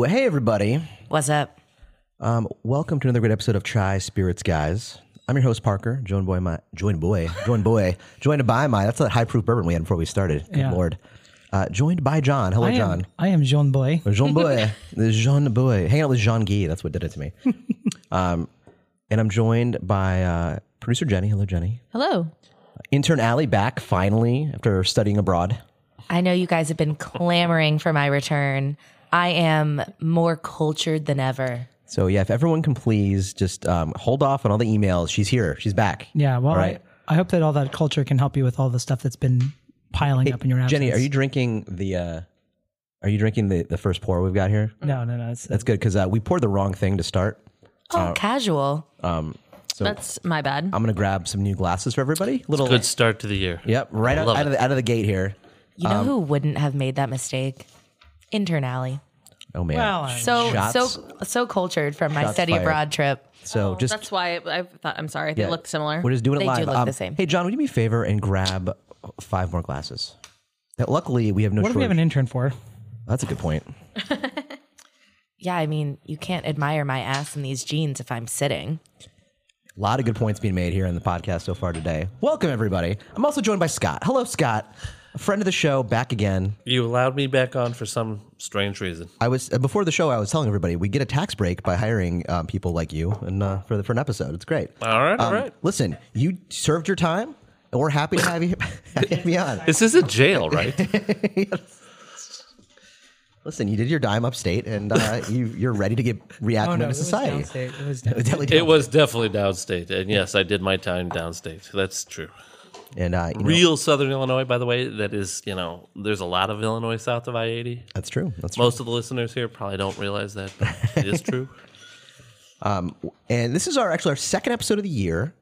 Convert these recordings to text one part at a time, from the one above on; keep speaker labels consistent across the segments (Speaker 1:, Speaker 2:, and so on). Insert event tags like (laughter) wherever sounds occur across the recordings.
Speaker 1: everybody.
Speaker 2: What's up?
Speaker 1: Um, welcome to another great episode of Try Spirits, guys. I'm your host Parker, joined boy, my joined boy, joined boy, (laughs) joined by my. That's that high proof bourbon we had before we started. Good
Speaker 3: Yeah.
Speaker 1: lord. Uh, joined by John. Hello,
Speaker 3: I
Speaker 1: John.
Speaker 3: Am, I am Jean Boy.
Speaker 1: Jean Boy.
Speaker 3: (laughs)
Speaker 1: Jean Boy. Hanging out with Jean Guy. That's what did it to me. um, and I'm joined by uh, producer Jenny. Hello, Jenny.
Speaker 2: Hello.
Speaker 1: Intern Allie back finally after studying abroad.
Speaker 2: I know you guys have been clamoring for my return. I am more cultured than ever.
Speaker 1: So, yeah, if everyone can please just um, hold off on all the emails. She's here. She's back.
Speaker 3: Yeah, well,
Speaker 1: All right.
Speaker 3: I, I hope that all that culture can help you with all the stuff that's been piling up in your absence.
Speaker 1: Jenny, are you drinking the. Uh, are you drinking the, the first pour we've got here?
Speaker 3: No, no, no. It's,
Speaker 1: That's good because uh, we poured the wrong thing to start.
Speaker 2: Oh, casual.
Speaker 4: That's my bad.
Speaker 1: I'm gonna grab some new glasses for everybody. Little
Speaker 5: Good start to the year.
Speaker 1: yep, right out,
Speaker 5: Love
Speaker 1: out of
Speaker 5: it.
Speaker 1: the out of the gate here.
Speaker 2: You know who wouldn't have made that mistake? Intern Alley.
Speaker 1: Oh man,
Speaker 3: well, I-
Speaker 2: So
Speaker 1: Shots.
Speaker 2: so so cultured from my
Speaker 1: Shots
Speaker 2: study
Speaker 1: fired.
Speaker 2: abroad trip.
Speaker 1: so just
Speaker 4: That's why I, I thought. I'm sorry. They
Speaker 1: Yeah.
Speaker 4: look similar.
Speaker 1: We're just doing it
Speaker 2: They do
Speaker 1: live. Um,
Speaker 2: look the same.
Speaker 1: Hey, John, would you do me a favor and grab five more glasses? That luckily we have no.
Speaker 3: what do we have
Speaker 1: shortage-
Speaker 3: an intern for?
Speaker 1: That's a good point.
Speaker 2: Yeah, I mean, you can't admire my ass in these jeans if I'm sitting.
Speaker 1: A lot of good points being made here in the podcast so far today. Welcome everybody. I'm also joined by Scott. Hello, Scott, a friend of the show, back again.
Speaker 5: You allowed me back on for some strange reason.
Speaker 1: I was uh, before the show. I was telling everybody we get a tax break by hiring um, people like you and uh, for the, for an episode. It's great. Um,
Speaker 5: All right, all right.
Speaker 1: Listen, you served your time, and we're happy to have you, (laughs) have you on.
Speaker 5: This is a jail, right?
Speaker 1: Listen, you did your dime upstate, and
Speaker 5: (laughs)
Speaker 1: uh, you, you're ready to get
Speaker 3: Oh,
Speaker 2: Oh,
Speaker 1: reacting to society.
Speaker 3: downstate. It
Speaker 1: (laughs)
Speaker 3: was downstate.
Speaker 1: Definitely
Speaker 5: it was definitely downstate, and yes, I did my time downstate. That's true.
Speaker 1: And uh, you know,
Speaker 5: Real Southern Illinois, by the way. That is, you know, there's a lot of Illinois south of I eighty.
Speaker 1: that's true. That's true.
Speaker 5: Most of the listeners here probably don't realize that, but it is true.
Speaker 1: And this is our actually our second episode of the year,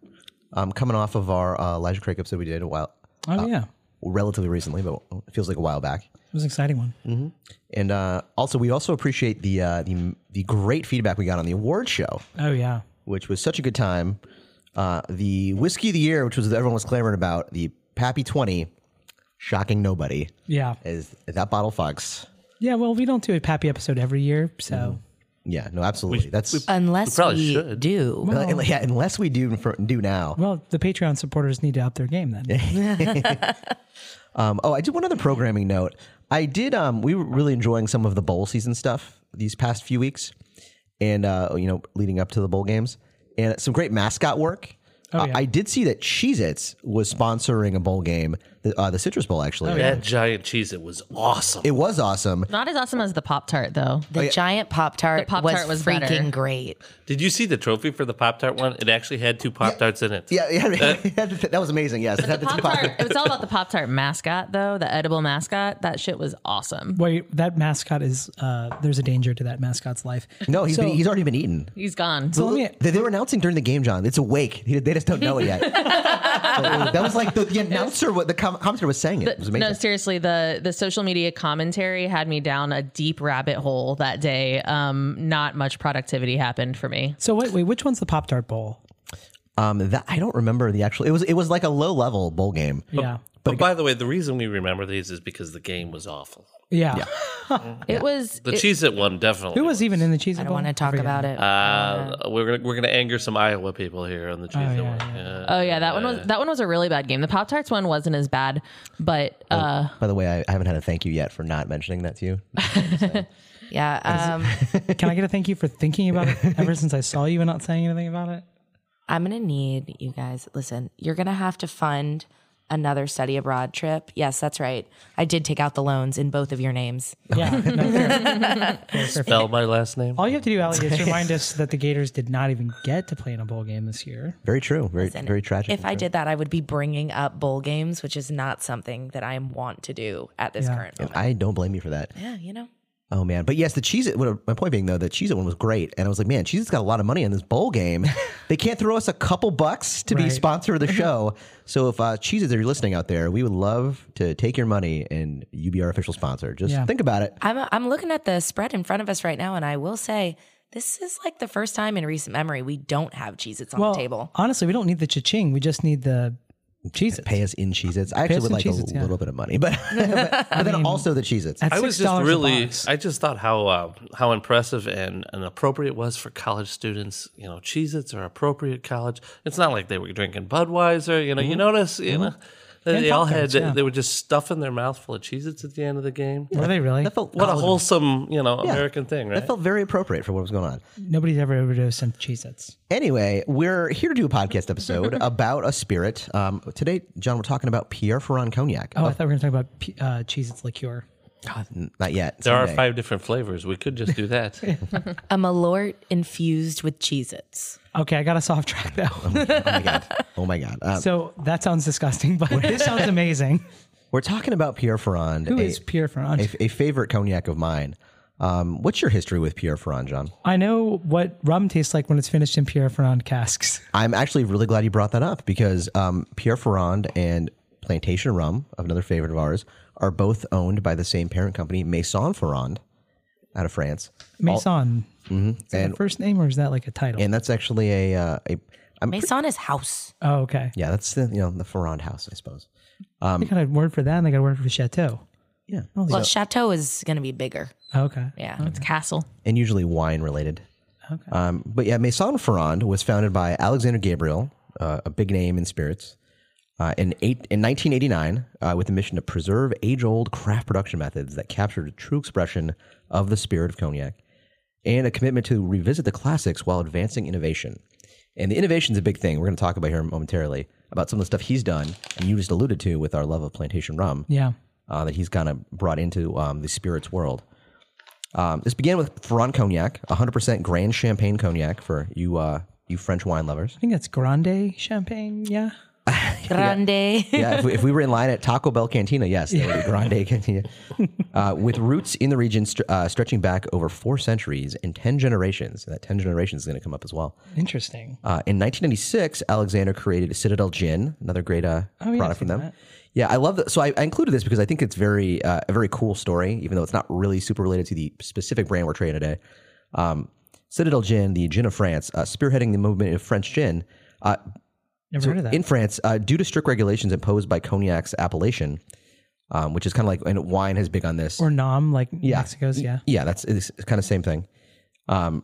Speaker 1: um, coming off of our uh, Elijah Craig episode we did a while,
Speaker 3: oh yeah, it
Speaker 1: relatively recently, but it feels like a while back.
Speaker 3: was an exciting one.
Speaker 1: Mm. And uh, also, we also appreciate the uh, the the great feedback we got on the award show,
Speaker 3: Oh yeah,
Speaker 1: which was such a good time. Uh, the whiskey of the year, which was what everyone was clamoring about, the Pappy Twenty, shocking nobody,
Speaker 3: yeah,
Speaker 1: is that bottle fucks.
Speaker 3: yeah. Well, we don't do a Pappy episode every year, so
Speaker 1: Mm. Yeah, no, absolutely. That's
Speaker 2: Unless we,
Speaker 5: probably should.
Speaker 2: do.
Speaker 1: Uh, yeah, unless we do for, do now.
Speaker 3: well, the Patreon supporters need to up their game then.
Speaker 1: (laughs) Um, oh, I did one other programming note. I did. Um, we were really enjoying some of the bowl season stuff these past few weeks, and uh, you know, leading up to the bowl games, and some great mascot work.
Speaker 2: Oh,
Speaker 1: Uh,
Speaker 3: yeah.
Speaker 1: I did see that Cheez-Its was sponsoring a bowl game, the, uh, the Citrus Bowl
Speaker 2: Oh,
Speaker 1: actually.
Speaker 5: That giant cheese, it was awesome.
Speaker 1: It was awesome.
Speaker 4: Not as awesome as the Pop Tart though.
Speaker 2: The giant Pop Tart
Speaker 4: The Pop-Tart
Speaker 2: was,
Speaker 4: was
Speaker 2: freaking
Speaker 4: better.
Speaker 2: great.
Speaker 5: Did you see the trophy for the Pop Tart one? It actually had two Pop Tarts in it.
Speaker 1: Yeah, (laughs) yeah, that was amazing. Yes, it had
Speaker 4: The
Speaker 1: the two
Speaker 4: Pop Tart. it was all about the Pop Tart mascot though. The edible mascot. That shit was awesome.
Speaker 3: Wait, that mascot is uh, there's a danger to that mascot's life.
Speaker 1: (laughs) No, he's
Speaker 3: So-
Speaker 1: been, he's already been eaten.
Speaker 4: He's gone.
Speaker 3: So let me
Speaker 1: They, they were announcing during the game, John. It's awake. They they just don't know it
Speaker 4: (laughs)
Speaker 1: yet. So, that was like the, the announcer, what the com- commentator was saying it. It was amazing.
Speaker 4: No, seriously, the the social media commentary had me down a deep rabbit hole that day. Um, not much productivity happened for me.
Speaker 3: So wait, wait, which one's the Pop Tart Bowl?
Speaker 1: Um, that I don't remember the actual. It was it was like a low level bowl game.
Speaker 3: Yeah.
Speaker 5: But by the way, the reason we remember these is because the game was awful.
Speaker 3: Yeah.
Speaker 4: It was
Speaker 5: The cheese it one definitely.
Speaker 3: Who was even in the cheese?
Speaker 2: I don't want to talk about it.
Speaker 5: Uh, we're gonna we're gonna anger some Iowa people here on the cheese
Speaker 3: yeah,
Speaker 5: one.
Speaker 3: yeah.
Speaker 5: Yeah.
Speaker 4: Oh yeah, that one was that one was a really bad game. The Pop Tarts one wasn't as bad, but uh,
Speaker 1: By the way, I, I haven't had a thank you yet for not mentioning that to you.
Speaker 2: yeah. Um,
Speaker 3: Can I get a thank you for thinking about it ever since I saw you and not saying anything about it?
Speaker 2: I'm gonna need you guys. Listen, you're gonna have to fund another study abroad trip. Yes, that's right. I did take out the loans in both of your names.
Speaker 3: Yeah. no, fair.
Speaker 5: Spell my last name.
Speaker 3: All you have to do, Ali, is remind us that the Gators did not even get to play in a bowl game this year.
Speaker 1: Very true. Very very tragic.
Speaker 2: If I did that, I would be bringing up bowl games, which is not something that I want to do at this
Speaker 3: Yeah.
Speaker 2: current
Speaker 1: And
Speaker 2: moment.
Speaker 1: I don't blame you for that.
Speaker 2: Yeah, you know.
Speaker 1: Oh man, but yes, the cheese. It, what- my point being though, the cheese it one was great, and I was like, man, cheese has got a lot of money in this bowl game. (laughs) they can't throw us a couple bucks to be
Speaker 3: Right.
Speaker 1: sponsor
Speaker 3: (laughs)
Speaker 1: of the show. so if uh, cheeses are you listening out there, we would love to take your money and you be our official sponsor. Just
Speaker 3: Yeah.
Speaker 1: think about it.
Speaker 2: I'm I'm looking at the spread in front of us right now, and I will say this is like the first time in recent memory we don't have Cheez-Its on
Speaker 3: Well,
Speaker 2: the table.
Speaker 3: honestly, we don't need the cha-ching. We just need the Jesus.
Speaker 1: Pay us in Cheez Its. I actually
Speaker 3: us
Speaker 1: would
Speaker 3: in
Speaker 1: like a
Speaker 3: Cheez-Its, yeah.
Speaker 1: little bit of money,
Speaker 3: (laughs)
Speaker 1: but, (laughs) but, but then also the Cheez Its.
Speaker 3: At
Speaker 5: I
Speaker 3: $6
Speaker 5: was just
Speaker 3: a
Speaker 5: really,
Speaker 3: box.
Speaker 5: I just thought how uh, how impressive and, and appropriate it was for college students. You know, Cheez Its are appropriate college. It's not like they were drinking Budweiser. You know, you notice, you know, that
Speaker 3: Mm-hmm. And
Speaker 5: they all
Speaker 3: Pop
Speaker 5: had,
Speaker 3: Tarts, yeah.
Speaker 5: they were just stuffing their mouth full of Cheez Its at the end of the game.
Speaker 3: Were they really?
Speaker 1: That felt
Speaker 5: What a
Speaker 1: college-
Speaker 5: wholesome, you know,
Speaker 1: yeah.
Speaker 5: American thing, right?
Speaker 1: That felt very appropriate for what was going on.
Speaker 3: Nobody's ever overdosed since Cheez-Its.
Speaker 1: Anyway, we're here to do a podcast
Speaker 3: (laughs)
Speaker 1: episode about a spirit. Um, today, John, we're talking about Pierre Ferrand cognac.
Speaker 3: Oh, I thought we were going to talk about P- uh, Cheez-Its liqueur.
Speaker 1: N- Not yet.
Speaker 5: there are
Speaker 1: Someday.
Speaker 5: five different flavors. We could just
Speaker 3: (laughs)
Speaker 5: do that.
Speaker 2: A Malort infused with Cheez Its.
Speaker 3: Okay, I got us (laughs) off track though.
Speaker 1: Oh my
Speaker 3: (laughs)
Speaker 1: god. Oh my god. Um,
Speaker 3: so that sounds disgusting, but (laughs) this sounds amazing.
Speaker 1: we're talking about Pierre Ferrand.
Speaker 3: Who
Speaker 1: a,
Speaker 3: is Pierre Ferrand?
Speaker 1: a, a favorite cognac of mine. Um, what's your history with Pierre Ferrand, John?
Speaker 3: I know what rum tastes like when it's finished in Pierre Ferrand casks.
Speaker 1: I'm actually really glad you brought that up because um, Pierre Ferrand and Plantation Rum, another favorite of ours, are both owned by the same parent company, Maison Ferrand, out of France.
Speaker 3: Maison. Is that a
Speaker 1: Mm-hmm. And-
Speaker 3: first name or is that like a title?
Speaker 1: And that's actually a, uh, a I'm,
Speaker 2: Maison is house.
Speaker 3: oh, okay.
Speaker 1: yeah, that's the you know the Ferrand house, I suppose. um,
Speaker 3: they got a word for that and they got a word for chateau.
Speaker 1: Yeah,
Speaker 3: Oh,
Speaker 2: Well, Chateau is going to be bigger.
Speaker 3: Okay.
Speaker 2: Yeah.
Speaker 4: It's castle.
Speaker 1: and usually wine related. Okay. Um, but yeah, Maison Ferrand was founded by Alexander Gabriel, uh, a big name in spirits, uh, in eight in 1989 uh, with the mission to preserve age old craft production methods that captured a true expression of the spirit of cognac, and a commitment to revisit the classics while advancing innovation. And the innovation's a big thing. We're going to talk about here momentarily about some of the stuff he's done, and you just alluded to with our love of plantation rum
Speaker 3: Yeah.
Speaker 1: uh, that he's kind of brought into um, the spirits world. Um, this began with Ferrand cognac, 100% Grand Champagne cognac for you uh, you French wine lovers.
Speaker 3: I think that's grande champagne. Yeah.
Speaker 2: Grande.
Speaker 1: Yeah, if we, if we were in line at Taco Bell Cantina, yes, that would be Grande Cantina. Uh, with roots in the region st- uh, stretching back over four centuries and 10 generations. And that 10 generations is going to come up as well.
Speaker 3: Interesting.
Speaker 1: Uh, in 1996, Alexander created Citadel Gin, another great uh,
Speaker 3: Oh,
Speaker 1: product from them. Yeah, I love that. So I, I included this because I think it's very uh, a very cool story, even though it's not really super related to the specific brand we're trading today. Um, Citadel Gin, the gin of France, uh, spearheading the movement of French gin. Uh,
Speaker 3: Never
Speaker 1: so
Speaker 3: heard of that.
Speaker 1: in France, uh, due to strict regulations imposed by cognac's appellation, um, which is kind of like, and wine has big on this.
Speaker 3: or nom, like Mexico's. Yeah.
Speaker 1: Yeah, that's it's kind of same thing. Um,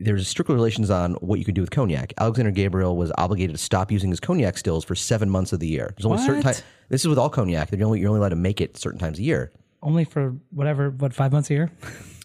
Speaker 1: there's strict relations on what you can do with cognac. Alexander Gabriel was obligated to stop using his cognac stills for seven months of the year. There's only certain
Speaker 3: What?
Speaker 1: time. This is with all cognac. They're only you're only allowed to make it certain times a year.
Speaker 3: Only for whatever, what, five months
Speaker 1: (laughs)
Speaker 3: a year?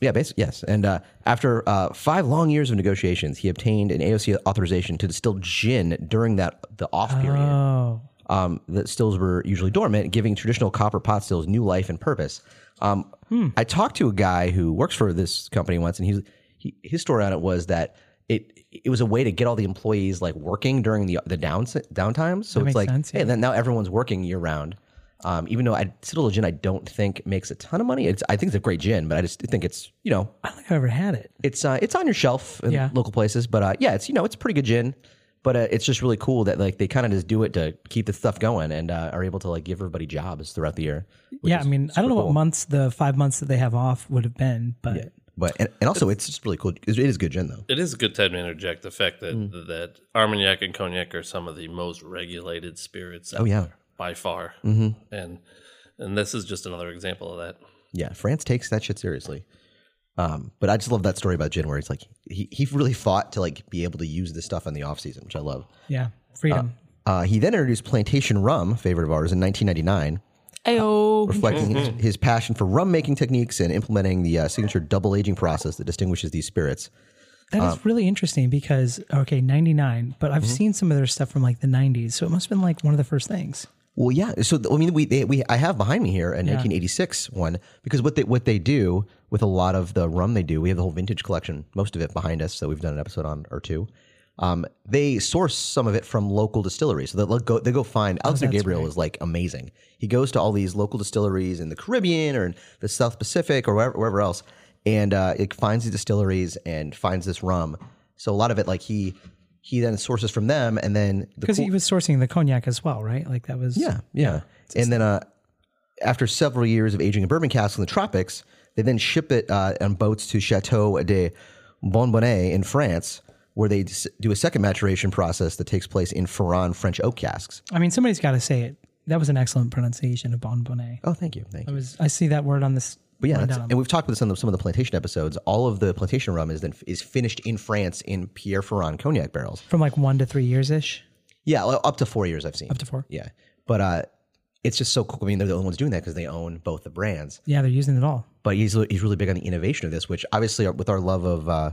Speaker 1: Yeah, basically, yes. And uh, after uh, five long years of negotiations, he obtained an AOC authorization to distill gin during that the off period.
Speaker 3: Oh.
Speaker 1: um, that stills were usually dormant, giving traditional copper pot stills new life and purpose. Um,
Speaker 3: Hmm.
Speaker 1: I talked to a guy who works for this company once, and he's, he, his story on it was that it it was a way to get all the employees like working during the the down downtime. So
Speaker 3: makes
Speaker 1: it's like,
Speaker 3: sense,
Speaker 1: hey, then now everyone's working year round. Um, even though I, Citadel Gin, I don't think makes a ton of money. It's, I think it's a great gin, but I just think it's you know
Speaker 3: I don't think I've ever had it.
Speaker 1: it's uh, it's on your shelf in
Speaker 3: Yeah.
Speaker 1: local places, but uh, yeah, it's you know it's a pretty good gin, but uh, it's just really cool that like they kind of just do it to keep the stuff going and uh, are able to like give everybody jobs throughout the year. which
Speaker 3: yeah. I
Speaker 1: is
Speaker 3: mean, I
Speaker 1: super
Speaker 3: don't know
Speaker 1: cool.
Speaker 3: what months the five months that they have off would have been, but
Speaker 1: but and, and also it's just really cool. It is good gin though.
Speaker 5: It is a good time to interject the fact that that Armagnac and Cognac are some of the most regulated spirits.
Speaker 1: Oh yeah,
Speaker 5: by far, mm-hmm. and and this is just another example of that.
Speaker 1: yeah. France takes that shit seriously. Um, but I just love that story about gin where it's like he, he really fought to like be able to use this stuff in the off season, which I love.
Speaker 3: yeah. Freedom.
Speaker 1: Uh, he then introduced plantation rum, favorite of ours, in 1999.
Speaker 2: Ayo.
Speaker 1: reflecting his, his passion for rum making techniques and implementing the uh, signature double aging process that distinguishes these spirits.
Speaker 3: That
Speaker 1: um,
Speaker 3: is really interesting because okay, ninety nine, but
Speaker 1: mm-hmm.
Speaker 3: I've seen some of their stuff from like the nineties, so it must have been like one of the first things.
Speaker 1: Well, yeah. So I mean, we they, we I have behind me here a 1986 one because what they what they do with a lot of the rum they do, we have the whole vintage collection, most of it behind us that we've done an episode on or two. Um, they source some of it from local distilleries, so they'll go they go find. Alexander Gabriel is like amazing. He goes to all these local distilleries in the Caribbean or in the South Pacific or wherever, wherever else, and uh, it finds the distilleries and finds this rum. So a lot of it, like he he then sources from them, and then the
Speaker 3: Because
Speaker 1: cool-
Speaker 3: he was sourcing the cognac as well, right? Like that was
Speaker 1: yeah, yeah. And then uh, after several years of aging in bourbon casks in the tropics, they then ship it uh, on boats to Chateau de Bonbonnet in France, where they s- do a second maturation process that takes place in Ferran French oak casks.
Speaker 3: I mean, somebody's got to say it. That was an excellent pronunciation of bon bonnet.
Speaker 1: Oh, thank you, thank
Speaker 3: I
Speaker 1: you.
Speaker 3: was. I see that word on this.
Speaker 1: But yeah,
Speaker 3: rundown.
Speaker 1: that's, and we've talked about this on the, some of the plantation episodes. All of the plantation rum is then is finished in France in Pierre Ferrand cognac barrels.
Speaker 3: from like one to three years ish.
Speaker 1: Yeah, well, up to four years I've seen. Up
Speaker 3: to four?
Speaker 1: Yeah, but uh, it's just so cool. I mean, they're the only ones doing that because they own both the brands.
Speaker 3: Yeah, they're using it all.
Speaker 1: But he's he's really big on the innovation of this, which obviously with our love of uh,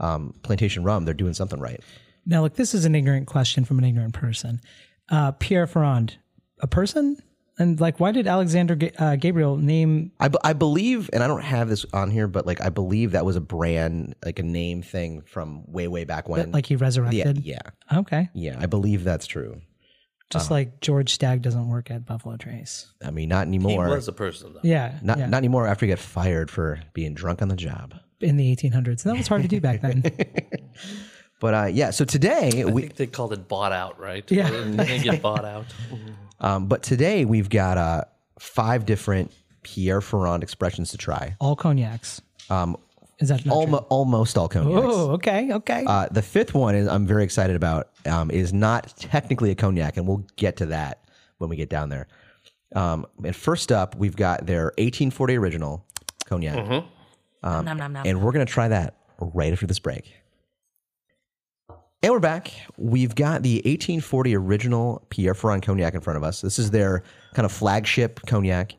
Speaker 1: um, plantation rum, they're doing something right.
Speaker 3: Now, look, this is an ignorant question from an ignorant person. Uh, Pierre Ferrand, a person, and like, why did Alexander Ga- uh, Gabriel name?
Speaker 1: I, b- I believe, and I don't have this on here, but like I believe that was a brand, like a name thing from way way back when.
Speaker 3: Like he
Speaker 1: yeah,
Speaker 3: resurrected.
Speaker 1: yeah,
Speaker 3: Okay.
Speaker 1: yeah. I believe that's true. Uh-huh.
Speaker 3: Just like George Stagg doesn't work at Buffalo Trace.
Speaker 1: I mean, not
Speaker 5: He
Speaker 1: anymore.
Speaker 5: was a person though.
Speaker 3: Yeah.
Speaker 1: Not
Speaker 3: yeah.
Speaker 1: not anymore after you get fired for being drunk on the job.
Speaker 3: in the 1800s. And that was hard to do back
Speaker 1: (laughs)
Speaker 3: then.
Speaker 1: But uh, yeah, so today
Speaker 5: I
Speaker 1: we
Speaker 5: think they called it bought out, right?
Speaker 3: Yeah.
Speaker 5: Didn't they get bought out.
Speaker 1: um, but today we've got uh, five different Pierre Ferrand expressions to try.
Speaker 3: all cognacs. Um, is that not
Speaker 1: Almo- almost all
Speaker 3: true?
Speaker 1: cognacs.
Speaker 3: Oh, okay. Okay.
Speaker 1: Uh, the fifth one is I'm very excited about um, is not technically a cognac, and we'll get to that when we get down there. Um, and first up, we've got their 1840 original cognac, Um,
Speaker 2: (laughs) nom, nom, nom.
Speaker 1: and we're gonna try that right after this break. And we're back. We've got the 1840 original Pierre Ferrand cognac in front of us. This is their kind of flagship cognac,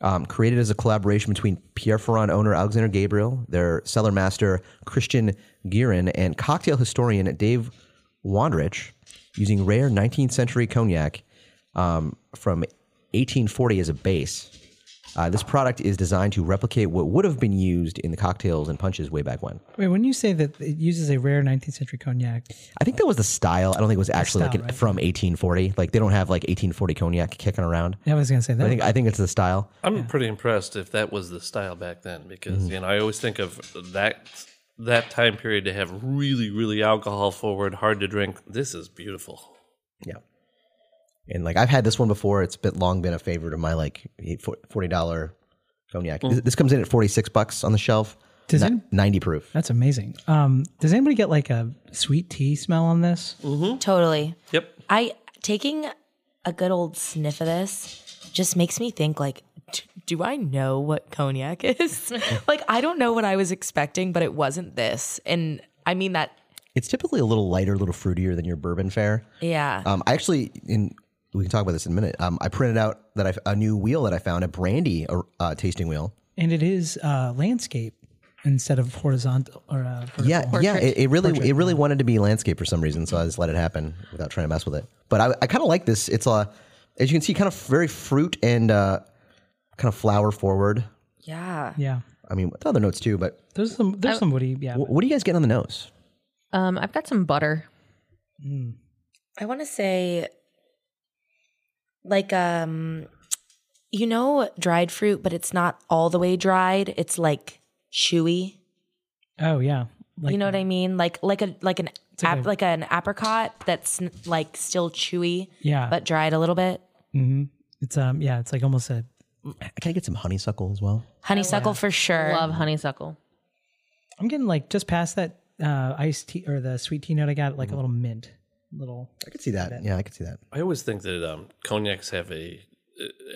Speaker 1: um, created as a collaboration between Pierre Ferrand owner Alexander Gabriel, their cellar master Christian Guerin, and cocktail historian Dave Wandrich, using rare 19th century cognac um, from 1840 as a base. Uh, this product is designed to replicate what would have been used in the cocktails and punches way back when.
Speaker 3: Wait, when you say that it uses a rare 19th century cognac,
Speaker 1: I think that was the style. I don't think it was actually like
Speaker 3: style,
Speaker 1: an,
Speaker 3: right?
Speaker 1: from 1840. Like they don't have like 1840 cognac kicking around.
Speaker 3: I was going to say that.
Speaker 1: I think I think it's the style.
Speaker 5: I'm pretty impressed if that was the style back then because you know I always think of that that time period to have really really alcohol forward, hard to drink. This is beautiful.
Speaker 1: Yeah. And like I've had this one before. It's been long been a favorite of my like eight- for- forty dollar cognac.
Speaker 3: Mm.
Speaker 1: This, this comes in at forty six bucks on the shelf.
Speaker 3: Does
Speaker 1: Ni-
Speaker 3: any-
Speaker 1: ninety proof?
Speaker 3: That's amazing. Um, does anybody get like a sweet tea smell on this?
Speaker 2: Totally.
Speaker 5: Yep.
Speaker 2: I taking a good old sniff of this just makes me think like d- do I know what cognac (laughs) is? like I don't know what I was expecting, but it wasn't this. And I mean that
Speaker 1: It's typically a little lighter, a little fruitier than your bourbon fare.
Speaker 2: yeah.
Speaker 1: Um, I actually, in we can talk about this in a minute. Um, I printed out that I f- a new wheel that I found a brandy uh, uh, tasting wheel.
Speaker 3: And it is uh, landscape instead of horizontal or uh, vertical.
Speaker 1: Yeah, yeah. It, it really, it really wanted to be landscape for some reason, so I just let it happen without trying to mess with it. But I, I kind of like this. It's a, as you can see, kind of very fruit and uh, kind of flower forward.
Speaker 2: yeah.
Speaker 3: Yeah.
Speaker 1: I mean, with other notes too. But
Speaker 3: There's some. There's some woody. Yeah.
Speaker 1: wh- what do you guys get on the nose?
Speaker 4: Um, I've got some butter.
Speaker 2: I want to say like um you know dried fruit, but it's not all the way dried. It's like chewy.
Speaker 3: Oh yeah. Like
Speaker 2: you know what I mean? Like like a like an
Speaker 3: like
Speaker 2: ap-
Speaker 3: a-
Speaker 2: like an apricot that's n- like still chewy
Speaker 3: yeah.
Speaker 2: but dried a little bit.
Speaker 3: it's um yeah. It's like almost a
Speaker 1: Can I get some honeysuckle as well?
Speaker 2: Honeysuckle for sure.
Speaker 4: Love honeysuckle.
Speaker 3: I'm getting like just past that uh, iced tea or the sweet tea note I got, like
Speaker 1: Mm-hmm.
Speaker 3: a little mint, little.
Speaker 1: I could see that. Yeah, I could see that.
Speaker 5: I always think that um, cognacs have a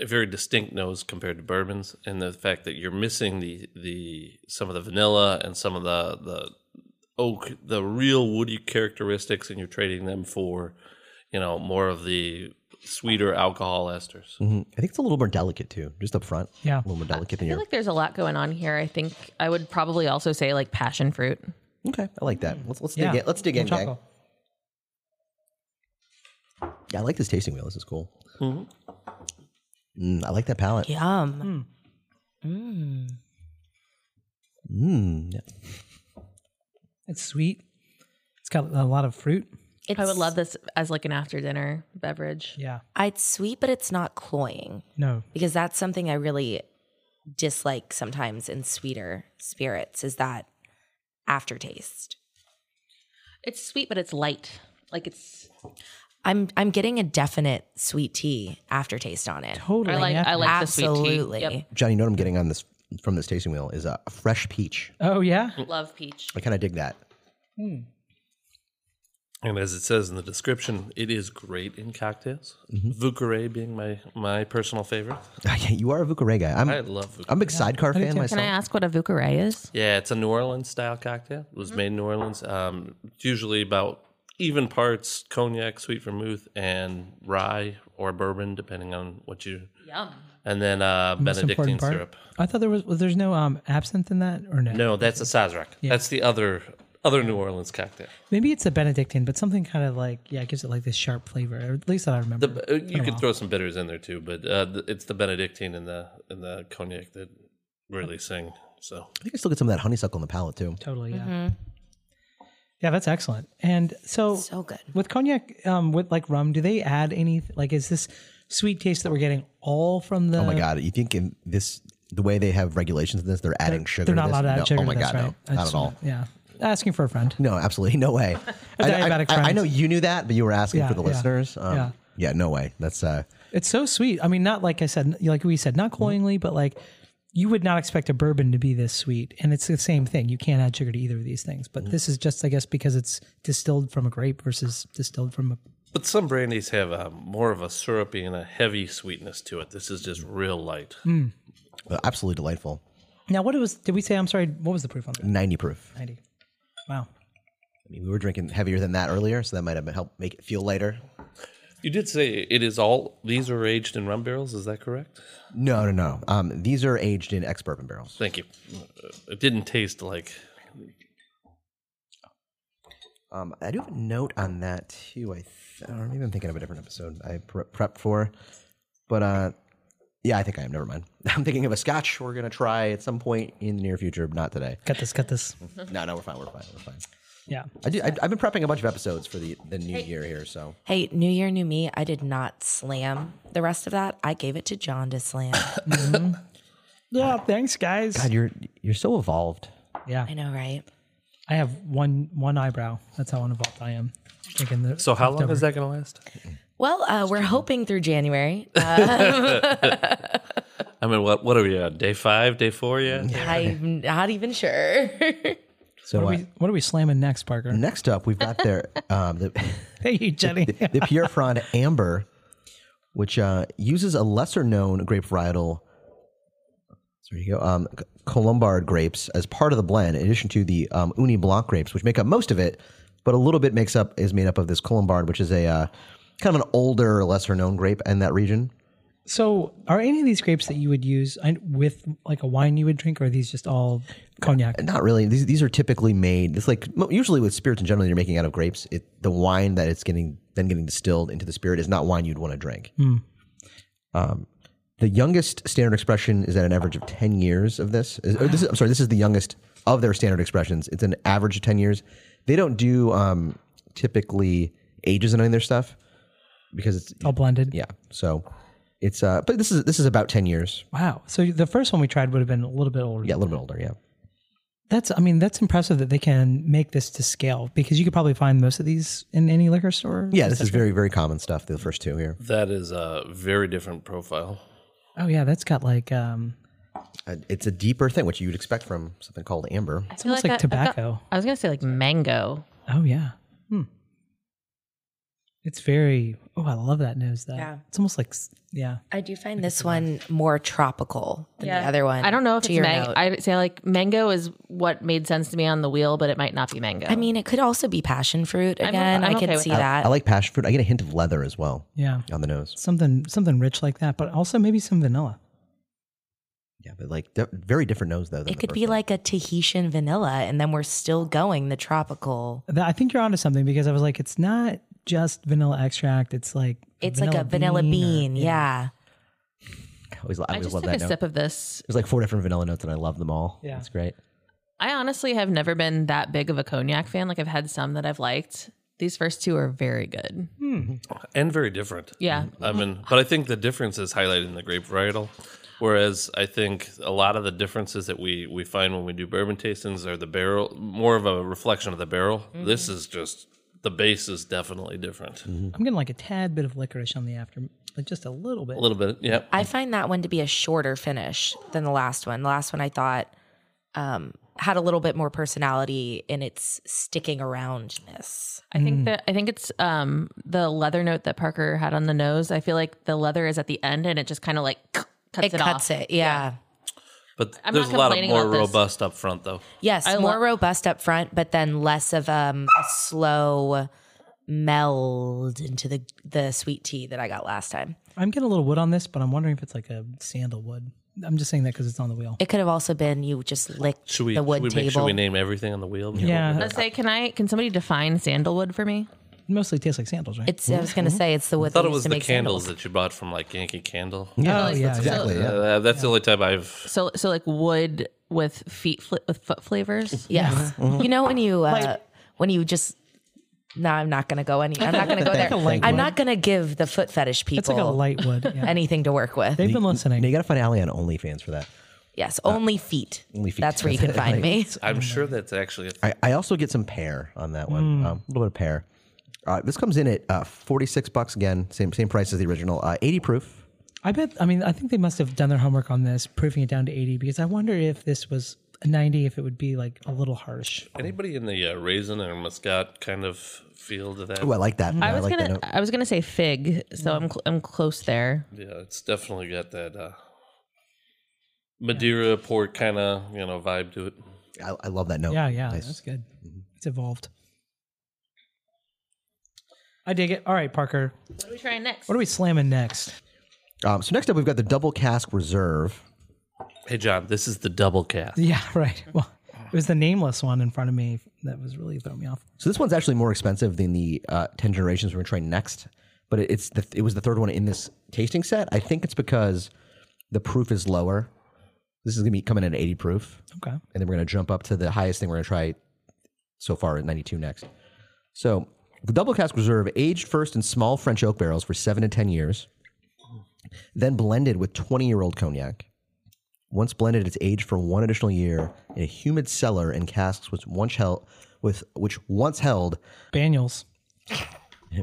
Speaker 5: a very distinct nose compared to bourbons, and the fact that you're missing the the some of the vanilla and some of the the oak, the real woody characteristics, and you're trading them for, you know, more of the sweeter alcohol esters.
Speaker 1: Mhm. I think it's a little more delicate too, just up front.
Speaker 3: Yeah.
Speaker 1: a little more delicate than
Speaker 4: I feel
Speaker 1: your.
Speaker 4: like there's a lot going on here. I think I would probably also say like passion fruit.
Speaker 1: okay, I like that. Let's let's
Speaker 3: Yeah.
Speaker 1: dig in. Let's dig in,
Speaker 3: Little
Speaker 1: gang.
Speaker 3: chocolate.
Speaker 1: Yeah, I like this tasting wheel. This is cool. Mm, I like that palette.
Speaker 2: Yum.
Speaker 1: Mm, yeah.
Speaker 3: It's sweet. It's got a lot of fruit.
Speaker 2: It's,
Speaker 4: I would love this as like an after dinner beverage.
Speaker 3: Yeah.
Speaker 2: It's sweet, but it's not cloying
Speaker 3: No.
Speaker 2: because that's something I really dislike sometimes in sweeter spirits is that aftertaste.
Speaker 4: It's sweet, but it's light. Like it's
Speaker 2: I'm I'm getting a definite sweet tea aftertaste on it.
Speaker 3: Totally.
Speaker 4: I like
Speaker 3: yeah.
Speaker 4: I like
Speaker 2: Absolutely.
Speaker 4: the sweet
Speaker 1: Johnny, you know what I'm getting on this from this tasting wheel is a fresh peach.
Speaker 3: Oh yeah.
Speaker 1: (laughs)
Speaker 4: tea. Yep. Love peach.
Speaker 1: I kind of dig that.
Speaker 5: And as it says in the description, it is great in cocktails. Vucare being my my personal favorite.
Speaker 1: you are a Vucare guy. I'm,
Speaker 5: I love Vucare.
Speaker 1: I'm a big sidecar fan myself.
Speaker 4: Can I ask what a Vucare is?
Speaker 5: Yeah, it's a New Orleans style cocktail. It was made in New Orleans. Um, it's usually about even parts cognac, sweet vermouth, and rye or bourbon, depending on what you. Yum. And then uh, Benedictine syrup.
Speaker 3: I thought there was, was there's no um, absinthe in that or no?
Speaker 5: No, that's a Sazerac. That's the other other New Orleans cocktail.
Speaker 3: Maybe it's a Benedictine, but something kind of like yeah, it gives it like this sharp flavor. Or at least I remember.
Speaker 5: The, uh, you could throw some bitters in there too, but uh, th- it's the Benedictine and the and the cognac that really sing. So
Speaker 1: I think I still get some of that honeysuckle on the palate too.
Speaker 3: totally, yeah.
Speaker 2: Mm-hmm.
Speaker 3: Yeah, that's excellent. And so,
Speaker 2: So good.
Speaker 3: with cognac, um, with like rum, do they add any? Like, is this sweet taste that we're getting all from the?
Speaker 1: Oh my god! You think in this the way they have regulations in this, they're adding sugar?
Speaker 3: They're not
Speaker 1: to
Speaker 3: allowed
Speaker 1: this?
Speaker 3: to add
Speaker 1: No,
Speaker 3: sugar.
Speaker 1: Oh my
Speaker 3: to this,
Speaker 1: god!
Speaker 3: right? I
Speaker 1: No, not
Speaker 3: just
Speaker 1: at all.
Speaker 3: wanna- Yeah, asking for a friend.
Speaker 1: No, absolutely, no
Speaker 3: (laughs)
Speaker 1: way. I, I,
Speaker 3: diabetic
Speaker 1: I- I
Speaker 3: friends.
Speaker 1: know you knew that, but you were asking
Speaker 3: Yeah,
Speaker 1: for the
Speaker 3: yeah,
Speaker 1: listeners. Um,
Speaker 3: yeah.
Speaker 1: yeah. no way. That's uh,
Speaker 3: It's so sweet. I mean, not like I said, like we said,
Speaker 5: Mm-hmm.
Speaker 3: not cloyingly, but like you would not expect a bourbon to be this sweet. And it's the same thing. You can't add sugar to either of these things.
Speaker 5: Mm.
Speaker 3: But this is just, I guess, because it's distilled from a grape versus distilled from a.
Speaker 5: But some brandies have a, more of a syrupy and a heavy sweetness to it. This is just real light.
Speaker 1: absolutely delightful.
Speaker 3: Now, what it was? Did we say? I'm sorry. What was the proof on that?
Speaker 1: Ninety proof. I
Speaker 3: Ninety. Wow.
Speaker 1: mean, we were drinking heavier than that earlier, so that might have helped make it feel lighter.
Speaker 5: You did say it is all these are aged in rum barrels. Is that correct?
Speaker 1: No, no, no. Um, these are aged in ex bourbon barrels.
Speaker 5: Thank you. Uh, It didn't taste like
Speaker 1: Um, I do have a note on that too. I th- or maybe I'm thinking of a different episode I pre- prepped for, but uh, yeah, I think I am. Never mind. (laughs) I'm thinking of a Scotch we're gonna try at some point in the near future, but not
Speaker 3: (laughs)
Speaker 1: today.
Speaker 3: Cut this. Cut this.
Speaker 1: No, no, we're fine. We're fine. We're fine.
Speaker 3: Yeah.
Speaker 1: I do. I, I've been prepping a bunch of episodes for the the new year here, so
Speaker 2: Hey, New Year, New Me. I did not slam the rest of that. I gave it to John to
Speaker 4: (laughs)
Speaker 2: slam.
Speaker 3: Yeah. Thanks, guys.
Speaker 1: God, you're you're so evolved.
Speaker 3: Yeah.
Speaker 2: I know, right?
Speaker 3: I have one one eyebrow. That's how uninvolved I am. Taking the
Speaker 5: So how long is that going to last?
Speaker 2: Well, uh, we're hoping through
Speaker 4: (laughs)
Speaker 2: January. Uh,
Speaker 5: I mean, what what are we on day five, day four yet?
Speaker 2: I'm not even sure.
Speaker 1: So
Speaker 3: What are,
Speaker 1: uh,
Speaker 3: we, what are we slamming next, Parker?
Speaker 1: next up, we've
Speaker 3: (laughs)
Speaker 1: got their um, the
Speaker 3: Hey, you, Jenny.
Speaker 5: (laughs)
Speaker 1: the Pure Frond Amber, which uh, uses a lesser known grape varietal. There you go. Um, C- Colombard grapes as part of the blend, in addition to the um, Uni Blanc grapes, which make up most of it, but a little bit makes up is made up of this Colombard, which is a uh, kind of an older, lesser known grape in that region.
Speaker 3: So, are any of these grapes that you would use I- with like a wine you would drink, or are these just all cognac?
Speaker 1: Not really. These these are typically made. It's like mo- usually with spirits in general, you're making out of grapes. It the wine that it's getting then getting distilled into the spirit is not wine you'd want to drink. Um, the youngest standard expression is at an average of ten years of this. Is- or this is, I'm sorry, this is the youngest of their standard expressions. It's an average of ten years. They don't do um, typically ages in any of their stuff because it's
Speaker 3: All blended.
Speaker 1: yeah. So it's uh, but this is this is about ten years.
Speaker 3: Wow. So the first one we tried would have been a little bit older.
Speaker 1: Yeah, a little bit older. Yeah.
Speaker 3: That's. I mean, that's impressive that they can make this to scale because you could probably find most of these in any liquor store.
Speaker 1: Yeah, this is very, very common stuff, the first two here.
Speaker 5: That is a very different profile.
Speaker 3: Oh yeah, that's got like um,
Speaker 1: Uh, it's a deeper thing, which you'd expect from something called amber.
Speaker 4: It's
Speaker 3: almost like tobacco.
Speaker 4: I was gonna say like mango.
Speaker 3: Oh yeah. Hmm. It's very. Oh, I love that nose though.
Speaker 2: Yeah.
Speaker 3: It's almost like s- yeah.
Speaker 2: I do find this one more tropical than the other one.
Speaker 4: I don't know if
Speaker 2: to
Speaker 4: it's
Speaker 2: your
Speaker 4: mango.
Speaker 2: note. I,
Speaker 4: I'd say like mango is what made sense to me on the wheel, but it might not be mango. I
Speaker 2: mean, it could also be passion fruit again.
Speaker 4: I'm
Speaker 2: I can
Speaker 4: okay with
Speaker 2: see
Speaker 4: that.
Speaker 1: I
Speaker 2: that.
Speaker 1: like passion fruit. I get a hint of leather as well
Speaker 3: Yeah.
Speaker 1: on the nose.
Speaker 3: Something something rich like that, but also maybe some vanilla.
Speaker 1: Yeah, but like di- very different nose though. Than
Speaker 2: It could be like a Tahitian vanilla, and then we're still going the tropical.
Speaker 3: That- I think you're onto something because I was like, it's not just vanilla extract. It's like
Speaker 2: It's like a vanilla
Speaker 3: bean
Speaker 2: bean,
Speaker 3: or-
Speaker 2: yeah.
Speaker 1: I always, I
Speaker 4: I
Speaker 1: always
Speaker 4: just
Speaker 1: love
Speaker 4: took
Speaker 1: that
Speaker 4: a
Speaker 1: note.
Speaker 4: sip of this.
Speaker 1: There's like four different vanilla notes, and I love them all.
Speaker 3: Yeah.
Speaker 1: it's great.
Speaker 4: I honestly have never been that big of a cognac fan. Like I've had some that I've liked. These first two are very good.
Speaker 5: and very different.
Speaker 4: Yeah.
Speaker 5: I mean, but I think the difference is highlighted in the grape varietal. Whereas I think a lot of the differences that we we find when we do bourbon tastings are the barrel more of a reflection of the barrel. This is just the base is definitely different.
Speaker 3: I'm getting like a tad bit of licorice on the after, like just a little bit.
Speaker 5: A little bit, yeah.
Speaker 2: I find that one to be a shorter finish than the last one. The last one I thought um, had a little bit more personality in its sticking aroundness.
Speaker 4: I think that I think it's um the leather note that Parker had on the nose. I feel like the leather is at the end and it just kind of like cuts it,
Speaker 2: it cuts
Speaker 4: off.
Speaker 2: it, yeah.
Speaker 5: But
Speaker 4: I'm
Speaker 5: there's
Speaker 4: not
Speaker 5: a lot of
Speaker 4: complaining
Speaker 5: more
Speaker 4: about this.
Speaker 5: robust up front, though.
Speaker 2: Yes,
Speaker 4: I
Speaker 2: more
Speaker 4: lo-
Speaker 2: robust up front, but then less of um, a slow meld into the the sweet tea that I got last time.
Speaker 3: I'm getting a little wood on this, but I'm wondering if it's like a sandalwood. I'm just saying that because it's on the wheel.
Speaker 2: It could have also been you just licked
Speaker 5: Should we,
Speaker 2: the wood
Speaker 5: should we
Speaker 2: table.
Speaker 5: make sure we name everything on the wheel?
Speaker 3: Yeah.
Speaker 4: Let's say, can I? Can somebody define sandalwood for me?
Speaker 3: It mostly tastes like sandals, right?
Speaker 2: it's I was gonna say it's the wood.
Speaker 5: I thought
Speaker 2: they
Speaker 5: it
Speaker 2: used
Speaker 5: was
Speaker 2: to
Speaker 5: the
Speaker 2: make
Speaker 5: candles
Speaker 2: sandals.
Speaker 5: that you bought from like Yankee Candle.
Speaker 1: Yeah,
Speaker 3: Oh, yeah,
Speaker 1: that's
Speaker 3: yeah.
Speaker 1: exactly. Yeah.
Speaker 5: Uh, that's the only time I've.
Speaker 4: So so like wood with feet fl- with
Speaker 2: (laughs)
Speaker 4: foot flavors.
Speaker 2: Yes, you know when you uh, when you just. No, I'm not gonna go any. I'm not gonna go there.
Speaker 1: Like a light
Speaker 2: I'm
Speaker 1: wood.
Speaker 2: not gonna give the foot fetish people
Speaker 3: It's like a light wood.
Speaker 2: (laughs)
Speaker 3: Yeah.
Speaker 2: anything to work with.
Speaker 3: They've been listening.
Speaker 1: Now you got to find Allie on OnlyFans for that.
Speaker 2: yes, only feet.
Speaker 1: only feet.
Speaker 2: That's where you can find me.
Speaker 5: I'm sure that's actually. A,
Speaker 1: I, I also get some pear on that one. Um,
Speaker 3: Mm.
Speaker 1: a little bit of pear. Uh, this comes in at uh, forty six bucks again, same same price as the original. Uh, Eighty proof.
Speaker 3: I bet. I mean, I think they must have done their homework on this, proofing it down to 80. Because I wonder if this was 90, if it would be like a little harsh.
Speaker 5: anybody in the uh, raisin or muscat kind of feel to that?
Speaker 1: Oh, I like that.
Speaker 4: I was
Speaker 1: like
Speaker 4: gonna
Speaker 1: that note.
Speaker 4: I was gonna say fig, so I'm cl- I'm close there.
Speaker 5: yeah, it's definitely got that uh, Madeira port kind of you know vibe to it.
Speaker 1: I, I love that note.
Speaker 3: Yeah, yeah,
Speaker 1: Nice.
Speaker 3: that's good.
Speaker 5: Mm-hmm.
Speaker 3: It's evolved. I dig it. All right, Parker.
Speaker 4: What are we trying next?
Speaker 3: What are we slamming next?
Speaker 1: Um, so next up, we've got the double cask reserve.
Speaker 5: Hey, John, this is the double
Speaker 3: (laughs)
Speaker 5: cast.
Speaker 3: Yeah, right. Well, it was the nameless one in front of me that was really throwing me off.
Speaker 1: So this one's actually more expensive than the uh, ten generations we're gonna try next. But it, it's the, it was the third one in this tasting set. I think it's because the proof is lower. This is gonna be coming in at eighty proof.
Speaker 3: Okay.
Speaker 1: and then we're going to jump up to the highest thing we're going to try so far at 92 next. So, the double cask reserve aged first in small French oak barrels for 7 to 10 years, then blended with 20-year-old cognac. Once blended, it's aged for one additional year in a humid cellar in casks which once held with which once held
Speaker 3: Baniels.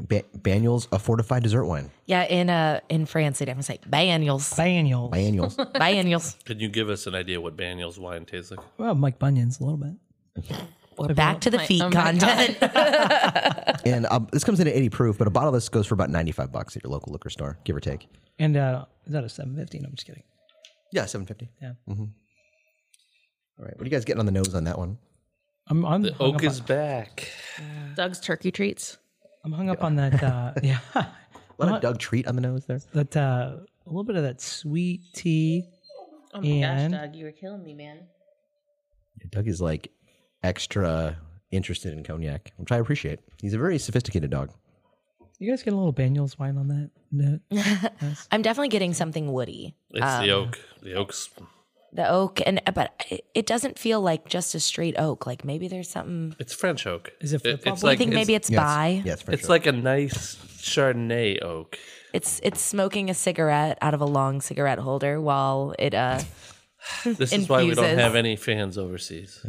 Speaker 1: ba- Banyul's a fortified dessert wine.
Speaker 2: Yeah, in uh in France, it was like biennials,
Speaker 3: Banials.
Speaker 1: Banyul's.
Speaker 2: biennials,
Speaker 5: Can you give us an idea what Baniel's wine tastes like?
Speaker 3: Well, Mike Bunyan's a little bit.
Speaker 2: We're back to the feet
Speaker 4: oh my
Speaker 2: content.
Speaker 1: and um, this comes in at 80 proof, but a bottle of this goes for about 95 bucks at your local liquor store, give or take.
Speaker 3: And uh, is that a 715? I'm just kidding.
Speaker 1: Yeah, 750.
Speaker 3: Yeah.
Speaker 1: All right. What are you guys getting on the nose on that one?
Speaker 3: I'm, I'm
Speaker 5: The
Speaker 3: hung
Speaker 5: oak
Speaker 3: up
Speaker 5: is back.
Speaker 4: (laughs) Doug's turkey treats.
Speaker 3: I'm hung up on that. Uh, (laughs) yeah,
Speaker 1: A lot of Doug Treat on the nose there.
Speaker 3: that uh, a little bit of that sweet tea.
Speaker 4: Oh
Speaker 3: my gosh, And-
Speaker 4: Doug, you were killing me, man.
Speaker 1: Doug is like extra interested in cognac, which I appreciate. He's a very sophisticated dog.
Speaker 3: You guys get a little Baniels wine on that note.
Speaker 2: (laughs) I'm definitely getting something woody,
Speaker 5: It's the
Speaker 2: Um,
Speaker 5: oak. The oak's.
Speaker 2: the oak, and but it- it doesn't feel like just a straight oak. Like maybe there's something.
Speaker 5: It's French oak.
Speaker 3: Is it flip-flop?
Speaker 5: it's
Speaker 3: Well, I
Speaker 2: I think maybe it's by.
Speaker 1: Yes, for
Speaker 5: It's
Speaker 1: sure.
Speaker 5: like a nice Chardonnay oak.
Speaker 2: It's it's smoking a cigarette out of a long cigarette holder while it uh
Speaker 5: This is why we don't
Speaker 2: Infuses.
Speaker 5: have any fans overseas.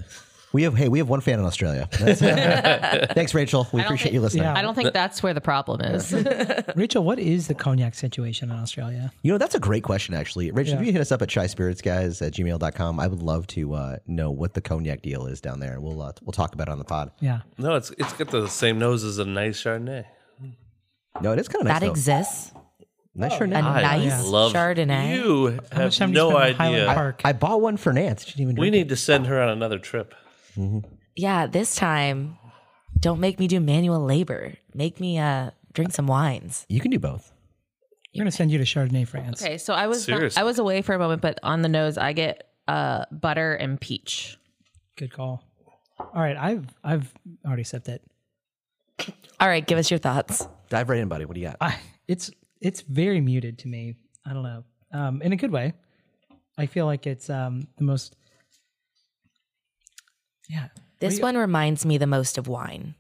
Speaker 1: we have hey, we have one fan in Australia. That's- Thanks, Rachel. We appreciate you listening.
Speaker 3: Yeah.
Speaker 4: I don't think that's where the problem is. (laughs)
Speaker 3: Rachel, what is the cognac situation in Australia?
Speaker 1: You know, that's a great question, actually. Rachel, if you hit us up at shyspiritsguys at gmail.com, I would love to uh, know what the cognac deal is down there. We'll uh, we'll talk about it on the pod.
Speaker 3: Yeah,
Speaker 5: No, it's it's got the same nose as a nice Chardonnay.
Speaker 1: No, it is kind of nice.
Speaker 2: that
Speaker 1: though.
Speaker 2: exists.
Speaker 1: nice Chardonnay.
Speaker 2: A nice
Speaker 5: love
Speaker 2: Chardonnay.
Speaker 5: You have
Speaker 3: much time do you
Speaker 5: Uh, no
Speaker 3: spend in Highland
Speaker 5: idea.
Speaker 3: Park?
Speaker 1: I bought one for Nance. She didn't even
Speaker 5: We
Speaker 1: drink it.
Speaker 5: need to send her on another trip.
Speaker 2: Yeah, this time, don't make me do manual labor. Make me uh drink some wines.
Speaker 1: You can do both.
Speaker 3: we're gonna send you to Chardonnay, France.
Speaker 4: Okay, so I was
Speaker 5: Seriously.
Speaker 4: I was away for a moment, but on the nose, I get uh, butter and peach.
Speaker 3: Good call. All right, I've I've already said that.
Speaker 2: All right, give us your thoughts.
Speaker 1: Dive right in, buddy. What do you got?
Speaker 3: I, it's it's very muted to me. I don't know, um, in a good way. I feel like it's um, the most. Yeah,
Speaker 2: This one reminds me the most of wine.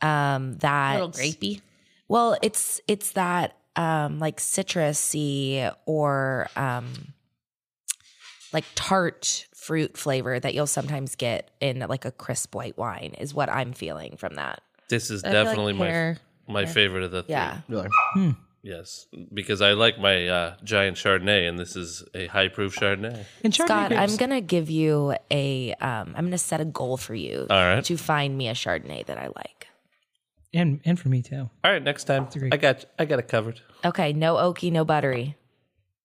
Speaker 2: Um, that
Speaker 4: A Hmm. little grapey.
Speaker 2: Well, it's it's that um like citrusy or um like tart fruit flavor that you'll sometimes get in like a crisp white wine is what I'm feeling from that.
Speaker 5: This is
Speaker 4: I feel like
Speaker 5: definitely
Speaker 4: pear.
Speaker 5: my my favorite of the three.
Speaker 2: Yeah.
Speaker 1: Really?
Speaker 5: Yes, because I like my uh, giant Chardonnay, and this is a high proof Chardonnay.
Speaker 3: And Chardonnay
Speaker 2: Scott,
Speaker 3: grapes-
Speaker 2: I'm gonna give you a. Um, I'm gonna set a goal for you.
Speaker 5: All right.
Speaker 2: To find me a Chardonnay that I like.
Speaker 3: and and for me too.
Speaker 5: All right, next time
Speaker 3: agree.
Speaker 5: I got I got it covered.
Speaker 2: Okay, no oaky, no buttery.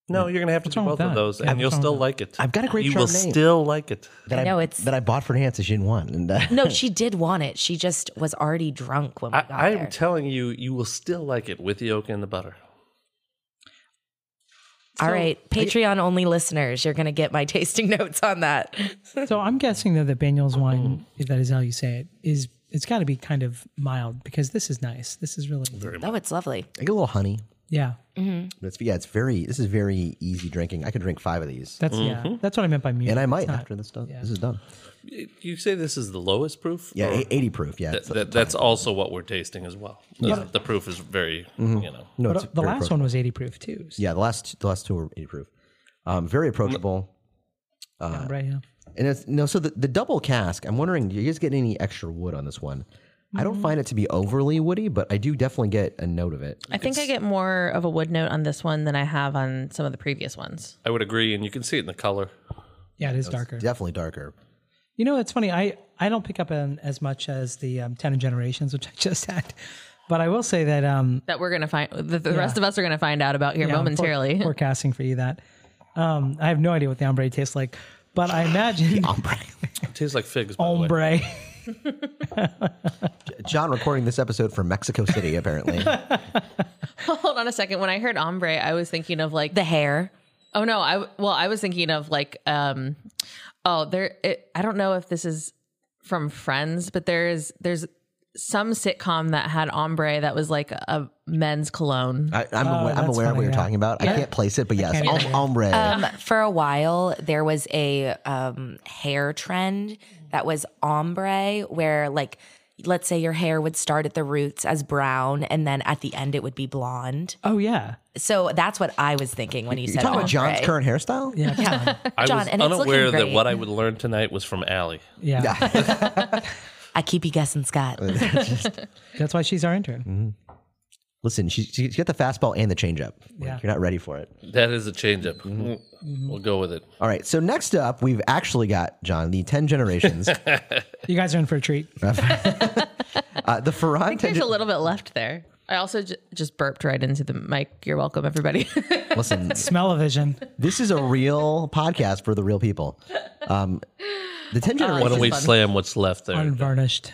Speaker 5: No, you're gonna have to do
Speaker 3: wrong
Speaker 5: both
Speaker 3: with
Speaker 5: of
Speaker 3: that?
Speaker 5: those,
Speaker 3: Yeah,
Speaker 5: and you'll
Speaker 3: what's wrong
Speaker 5: still
Speaker 3: with
Speaker 5: like it.
Speaker 1: I've got a great
Speaker 5: You will
Speaker 1: Chardonnay.
Speaker 5: still like it.
Speaker 1: that
Speaker 2: I know, it's-
Speaker 1: that I bought for Nancy. She didn't want, and uh,
Speaker 5: (laughs)
Speaker 2: No, she did want it. She just was already drunk when we
Speaker 5: I,
Speaker 2: got
Speaker 5: I am
Speaker 2: there.
Speaker 5: telling you, you will still like it with the oak and the butter.
Speaker 2: All right, Patreon only listeners, you're gonna get my (laughs) tasting notes on that.
Speaker 3: So I'm guessing though that
Speaker 5: Hmm.
Speaker 3: Baniel's wine, if that is how you say it, is it's got to be kind of mild because this is nice. This is really
Speaker 2: Oh, it's lovely.
Speaker 1: I get a little honey.
Speaker 3: yeah.
Speaker 1: But it's, yeah, it's very. This is very easy drinking. I could drink five of these,
Speaker 3: That's
Speaker 5: Mm-hmm.
Speaker 3: yeah. That's what I meant by mute.
Speaker 1: and I might after this done. This is done.
Speaker 5: You say this is the lowest proof?
Speaker 1: Yeah,
Speaker 5: Or-
Speaker 1: eight- eighty proof. Yeah, it's- uh,
Speaker 5: that, that's also what we're tasting as well. The, the proof is very,
Speaker 1: Mm-hmm.
Speaker 5: you know.
Speaker 1: no,
Speaker 3: But uh,
Speaker 1: it's
Speaker 3: the
Speaker 1: very
Speaker 3: last
Speaker 1: approachable.
Speaker 3: one was 80 proof too. So,
Speaker 1: Yeah, the last the last two were eighty proof. Um, very approachable. Uh,
Speaker 3: yeah, right. Yeah.
Speaker 1: And it's no, so the, the double cask, I'm wondering, do you guys get any extra wood on this one? I don't find it to be overly woody, but I do definitely get a note of it.
Speaker 4: I think I get more of a wood note on this one than I have on some of the previous ones.
Speaker 5: I would agree, and you can see it in the color.
Speaker 3: Yeah, it is darker.
Speaker 1: Definitely darker.
Speaker 3: You know, it's funny. I I don't pick up on as much as the um, 10 and generations, which I (laughs) just had, but I will say that um
Speaker 4: That we're gonna find. The, the rest of us are gonna find out about here
Speaker 3: yeah, I'm for-
Speaker 4: momentarily. (laughs)
Speaker 3: forecasting for you that um I have no idea what the ombre tastes like,
Speaker 1: (laughs)
Speaker 3: but I imagine
Speaker 5: It tastes like figs.
Speaker 2: Oh
Speaker 5: By the way.
Speaker 3: ombre.
Speaker 1: John recording this episode from Mexico City, (laughs) apparently.
Speaker 4: Hold on a second. When I heard ombre, I was thinking of like
Speaker 2: The hair.
Speaker 4: Oh no, I well I was thinking of like um oh there it, I don't know if this is from Friends, but there's there's some sitcom that had ombre that was like a men's cologne.
Speaker 1: I, I'm, aware, I'm
Speaker 3: Oh,
Speaker 1: aware of
Speaker 3: that's
Speaker 1: what
Speaker 3: funny,
Speaker 1: you're
Speaker 3: yeah.
Speaker 1: talking about. I can't place it, but yes,
Speaker 3: can't
Speaker 1: om- ombre.
Speaker 2: (laughs) Um, for a while, there was a um, hair trend that was ombre, where like, let's say your hair would start at the roots as brown, and then at the end it would be blonde.
Speaker 3: oh yeah.
Speaker 2: So that's what I was thinking when you
Speaker 1: you're
Speaker 2: said
Speaker 1: talking
Speaker 2: ombre.
Speaker 1: about John's current hairstyle? Yeah.
Speaker 2: (laughs) Yeah.
Speaker 5: I
Speaker 2: John,
Speaker 5: was
Speaker 2: and it's looking
Speaker 5: unaware that
Speaker 2: great.
Speaker 5: what I would learn tonight was from Allie.
Speaker 3: Yeah.
Speaker 2: I keep you guessing, Scott.
Speaker 3: That's why she's our intern.
Speaker 1: Mm-hmm. Listen, she, she's got the fastball and the changeup. Like,
Speaker 3: Yeah.
Speaker 1: You're not ready for it.
Speaker 5: That is a changeup.
Speaker 1: Mm-hmm.
Speaker 2: Mm-hmm.
Speaker 5: We'll go with it.
Speaker 1: All right. So next up, we've actually got, John, the 10 generations.
Speaker 3: You guys are in for a treat.
Speaker 1: uh, the Ferran 10
Speaker 4: There's a little bit left there. I also j- just burped right into the mic. You're welcome, everybody. (laughs)
Speaker 1: Listen,
Speaker 3: (laughs) Smell-o-vision.
Speaker 1: this is a real podcast for the real people. Um, the 10
Speaker 5: Why
Speaker 1: generations.
Speaker 5: don't we slam what's left there?
Speaker 3: unvarnished.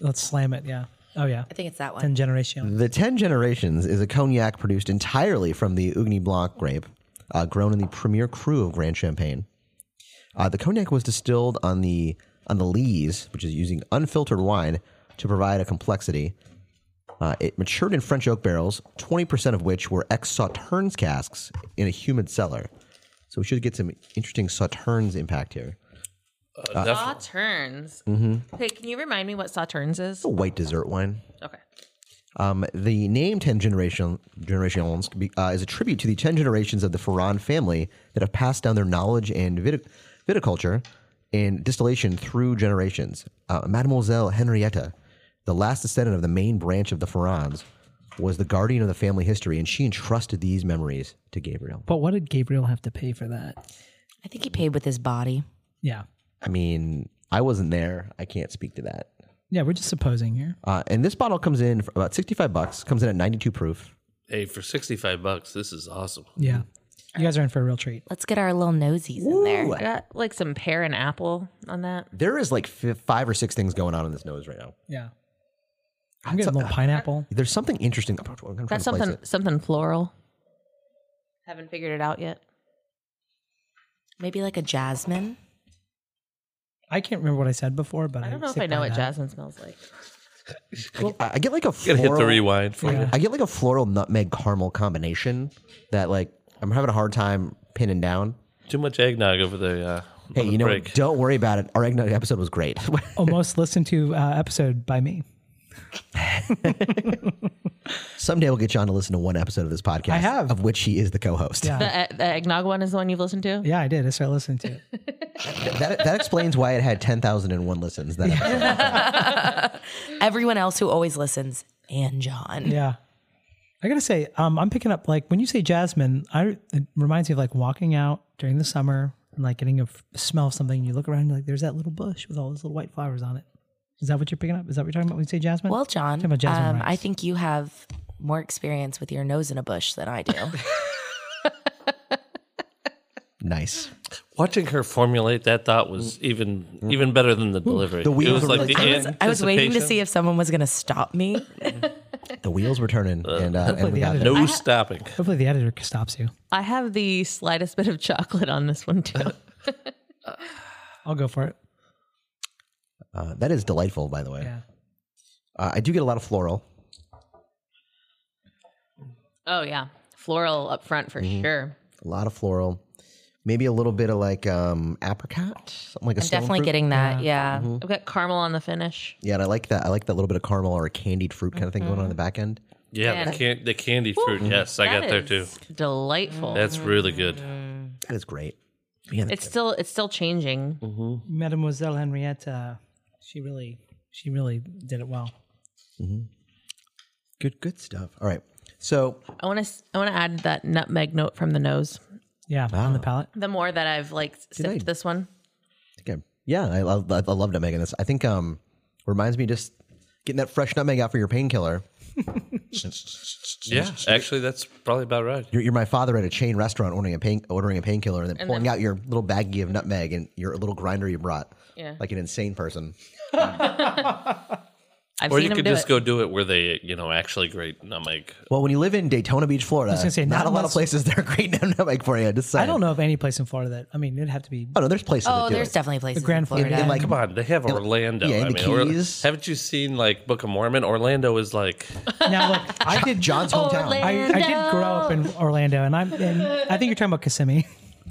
Speaker 3: Let's slam it. Yeah. Oh yeah.
Speaker 2: I think it's that
Speaker 3: Ten
Speaker 2: one.
Speaker 3: generation.
Speaker 1: The Ten Generations is a cognac produced entirely from the Ugni Blanc grape, uh, grown in the premier cru of Grand Champagne. Uh, the cognac was distilled on the on the lees, which is using unfiltered wine to provide a complexity. Uh, it matured in French oak barrels, twenty percent of which were ex Sauternes casks in a humid cellar. So we should get some interesting Sauternes impact here.
Speaker 5: Uh, def-
Speaker 4: Sauternes. Hey, can you remind me what Sauternes is?
Speaker 1: A white dessert wine.
Speaker 4: Okay.
Speaker 1: Um, the name Ten Generation Generations uh, is a tribute to the ten generations of the Ferran family that have passed down their knowledge and viti- viticulture and distillation through generations. Uh, Mademoiselle Henrietta, the last descendant of the main branch of the Ferrans, was the guardian of the family history, and she entrusted these memories to Gabriel.
Speaker 3: But what did Gabriel have to pay for that?
Speaker 2: I think he paid with his body.
Speaker 3: Yeah.
Speaker 1: I mean, I wasn't there; I can't speak to that.
Speaker 3: Yeah. We're just supposing here.
Speaker 1: Uh, and this bottle comes in for about sixty-five bucks. Comes in at ninety-two proof.
Speaker 5: hey, for sixty-five bucks, this is awesome.
Speaker 3: Yeah.
Speaker 1: Mm-hmm.
Speaker 3: You guys are in for a real treat.
Speaker 2: Let's get our little nosies in there.
Speaker 4: I got like some pear and apple on that.
Speaker 1: There is like f- five or six things going on in this nose right now.
Speaker 3: Yeah. I'm getting a
Speaker 4: uh,
Speaker 3: little pineapple.
Speaker 1: There's something interesting. I'm trying to
Speaker 4: Got
Speaker 1: place
Speaker 4: something
Speaker 1: it.
Speaker 4: something floral. Haven't figured it out yet.
Speaker 2: Maybe like a jasmine.
Speaker 3: I can't remember what I said before, but
Speaker 4: I don't know if
Speaker 3: stick
Speaker 4: I know
Speaker 3: by
Speaker 4: what
Speaker 3: that.
Speaker 4: jasmine smells like.
Speaker 1: I, I get like a
Speaker 5: Gotta
Speaker 1: floral,
Speaker 5: hit the rewind for
Speaker 3: Yeah.
Speaker 1: I get like a floral nutmeg caramel combination that like I'm having a hard time pinning down.
Speaker 5: too much eggnog over the. Uh,
Speaker 1: Hey,
Speaker 5: on the
Speaker 1: you know,
Speaker 5: break.
Speaker 1: what? don't worry about it. Our eggnog episode was great. (laughs)
Speaker 3: Almost listened to uh, episode by me.
Speaker 1: Someday we'll get John to listen to one episode of this podcast.
Speaker 3: I have.
Speaker 1: of which he is the co-host.
Speaker 3: Yeah.
Speaker 4: The, uh, the eggnog one is the one you've listened to.
Speaker 3: Yeah, I did. I started listening to it.
Speaker 1: (laughs)
Speaker 4: (laughs)
Speaker 1: That, that explains why it had ten thousand and one listens. That episode.
Speaker 2: Everyone else who always listens and John.
Speaker 3: Yeah. I gotta say, um, I'm picking up like when you say jasmine, I it reminds me of like walking out during the summer and like getting a f- smell of something. And you look around, and you're like, "There's that little bush with all those little white flowers on it." Is that what you're picking up? Is that what you're talking about when you say jasmine?
Speaker 2: Well,
Speaker 3: Talking
Speaker 2: John,
Speaker 3: about jasmine
Speaker 2: um, I
Speaker 3: rice.
Speaker 2: think you have more experience with your nose in a bush than
Speaker 1: (laughs)
Speaker 2: I do.
Speaker 1: (laughs) Nice.
Speaker 5: Watching her formulate that thought was even even better than the delivery.
Speaker 1: Mm. The
Speaker 5: it
Speaker 1: wheels
Speaker 5: was
Speaker 1: were
Speaker 5: like the
Speaker 1: really
Speaker 2: I was, I was waiting to see if someone was going to stop
Speaker 3: Oh,
Speaker 2: me.
Speaker 1: The wheels were turning, and
Speaker 3: (laughs)
Speaker 1: uh, and we
Speaker 3: the
Speaker 1: got
Speaker 3: editor-
Speaker 1: there.
Speaker 5: no stopping.
Speaker 3: Hopefully, the editor stops you.
Speaker 4: I have the slightest bit of (laughs) chocolate on this one too.
Speaker 3: I'll go for it.
Speaker 1: Uh, that is delightful, by the way.
Speaker 3: Yeah.
Speaker 1: Uh, I do get a lot of floral.
Speaker 4: oh yeah, floral up front for sure.
Speaker 1: a lot of floral, maybe a little bit of like um apricot, something like a
Speaker 2: I'm
Speaker 1: stone
Speaker 2: definitely
Speaker 1: fruit.
Speaker 2: getting that. Yeah.
Speaker 4: I've got caramel on the finish.
Speaker 1: Yeah, and I like that. I like that little bit of caramel or candied fruit kind of thing going on in the back end.
Speaker 5: Yeah, the, can- the candy fruit. Yes, I got
Speaker 4: That
Speaker 5: there
Speaker 4: is
Speaker 5: too.
Speaker 4: Delightful.
Speaker 5: That's really good.
Speaker 1: That is great. Yeah,
Speaker 4: it's still it's still changing.
Speaker 3: Mademoiselle Henrietta, she really, she really did it well.
Speaker 1: good, good stuff. All right, so
Speaker 4: I want to I want to add that nutmeg note from the nose.
Speaker 3: Yeah, on the palate.
Speaker 4: The more that I've like sipped
Speaker 1: I-
Speaker 4: this one,
Speaker 1: I think I'm- yeah, I love, I love nutmeg in this. I think um reminds me just getting that fresh nutmeg out for your painkiller.
Speaker 5: Yeah, actually, that's probably about right.
Speaker 1: You're, you're my father at a chain restaurant ordering a pain ordering a painkiller and then pouring out your little baggie of nutmeg and your little grinder you brought.
Speaker 4: Yeah.
Speaker 1: like an insane person.
Speaker 4: I've
Speaker 5: Or
Speaker 4: seen
Speaker 5: you
Speaker 4: them
Speaker 5: could
Speaker 4: do
Speaker 5: just
Speaker 4: it.
Speaker 5: go do it where they, you know, actually grate nutmeg.
Speaker 1: Well, when you live in Daytona Beach, Florida,
Speaker 3: gonna say,
Speaker 1: not,
Speaker 3: not
Speaker 1: a lot of
Speaker 3: unless-
Speaker 1: places that are great (laughs) nutmeg for you. Just saying.
Speaker 3: I don't know of any place in Florida that. I mean, it'd have to be.
Speaker 1: Oh no, there's places.
Speaker 2: Oh,
Speaker 1: that do
Speaker 2: there's
Speaker 1: it.
Speaker 2: definitely places in
Speaker 3: Grand Floridian,
Speaker 2: Florida.
Speaker 1: like-
Speaker 5: Come on, they have Orlando.
Speaker 1: yeah, in
Speaker 5: I
Speaker 1: the
Speaker 5: mean, Orla-
Speaker 1: Keys.
Speaker 5: haven't you seen like Book of Mormon? Orlando is like
Speaker 3: Now look,
Speaker 4: (laughs)
Speaker 3: I did
Speaker 1: John's hometown.
Speaker 3: I, I did grow up in Orlando, and I'm. And I think you're talking about
Speaker 4: (laughs)
Speaker 3: Kissimmee.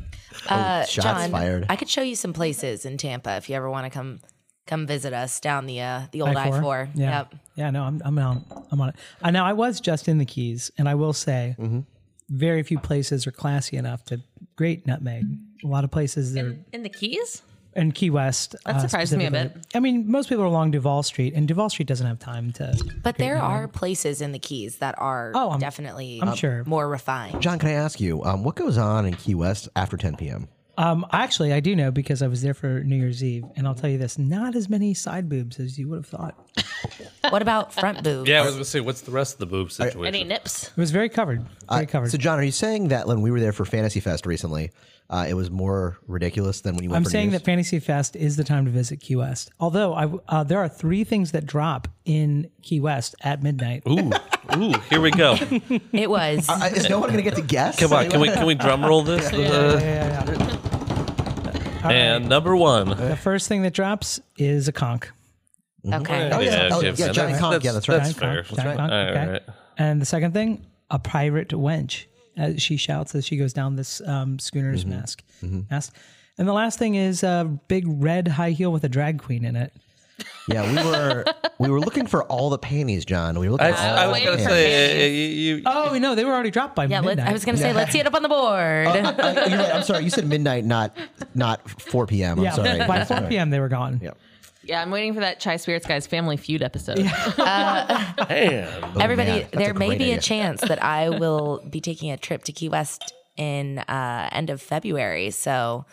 Speaker 1: Oh, shots
Speaker 2: Uh, John,
Speaker 1: fired.
Speaker 2: I could show you some places in Tampa if you ever want to come come visit us down the uh, the old I
Speaker 3: I-4?
Speaker 2: four.
Speaker 3: Yeah.
Speaker 2: Yep.
Speaker 3: Yeah. No, I'm I'm on I'm on it. I now I was just in the Keys, and I will say, very few places are classy enough to grate nutmeg. A lot of places they're
Speaker 4: in the keys.
Speaker 3: in Key West. uh,
Speaker 4: That surprised me a
Speaker 3: specifically. I mean, most people are along Duval Street, and Duval Street doesn't have time to.
Speaker 2: But there are places in the Keys that are
Speaker 3: Oh, I'm-
Speaker 2: definitely
Speaker 3: I'm sure.
Speaker 2: more refined.
Speaker 1: John, can I ask you um, what goes on in Key West after 10 p.m.?
Speaker 3: Um, actually, I do know because I was there for New Year's Eve, and I'll tell you this: not as many side boobs as you would have thought.
Speaker 2: What about
Speaker 1: (laughs)
Speaker 2: front boobs?
Speaker 5: yeah. I was gonna say, what's the rest of the boob situation?
Speaker 4: Any nips?
Speaker 3: It was very covered, very covered.
Speaker 1: So, John, are you saying that when we were there for Fantasy Fest recently, uh, it was more ridiculous than when you went?
Speaker 3: I'm
Speaker 1: for
Speaker 3: saying
Speaker 1: news?
Speaker 3: that Fantasy Fest is the time to visit Key West. Although I, uh, there are three things that drop in Key West at midnight.
Speaker 5: Ooh, ooh, here we go.
Speaker 1: (laughs)
Speaker 2: It was.
Speaker 1: Uh, is no one going to get to guess?
Speaker 5: Come on, can we can we drum roll this? And number one.
Speaker 3: The first thing that drops is a conch.
Speaker 2: okay.
Speaker 1: Oh, yeah,
Speaker 5: Yeah,
Speaker 1: oh,
Speaker 5: okay,
Speaker 1: yeah,
Speaker 5: so
Speaker 1: Johnny
Speaker 5: that's-
Speaker 1: Conk, yeah, that's right.
Speaker 5: That's
Speaker 3: Giant conch,
Speaker 5: fair. That's
Speaker 3: giant
Speaker 5: right.
Speaker 3: conch, okay.
Speaker 5: All right.
Speaker 3: And the second thing, a pirate wench. As she shouts as she goes down this um, schooner's
Speaker 1: Mm-hmm.
Speaker 3: mask. mask. And the last thing is a big red high heel with a drag queen in it.
Speaker 1: Yeah, we were we were looking for all the panties, John. We were looking.
Speaker 5: I,
Speaker 1: for all
Speaker 5: I
Speaker 1: the
Speaker 5: was
Speaker 4: waiting
Speaker 5: gonna
Speaker 4: for
Speaker 5: say, uh, you, you,
Speaker 3: Oh no, they were already dropped by
Speaker 2: Yeah, let,
Speaker 3: midnight.
Speaker 2: I was gonna say, let's see it up on the board.
Speaker 3: (laughs)
Speaker 1: Uh, you're right, I'm sorry. You said midnight, not not 4 p.m. I'm
Speaker 3: yeah,
Speaker 1: sorry.
Speaker 3: by 4 p.m. they were gone.
Speaker 1: Yep.
Speaker 4: Yeah, I'm waiting for that Chai Spirits Guys Family Feud episode.
Speaker 5: man,
Speaker 2: Everybody,
Speaker 1: man, that's
Speaker 2: there
Speaker 1: a
Speaker 2: may
Speaker 1: great
Speaker 2: be
Speaker 1: idea.
Speaker 2: a chance that
Speaker 1: (laughs)
Speaker 2: I will be taking a trip to Key West in uh, end of February. So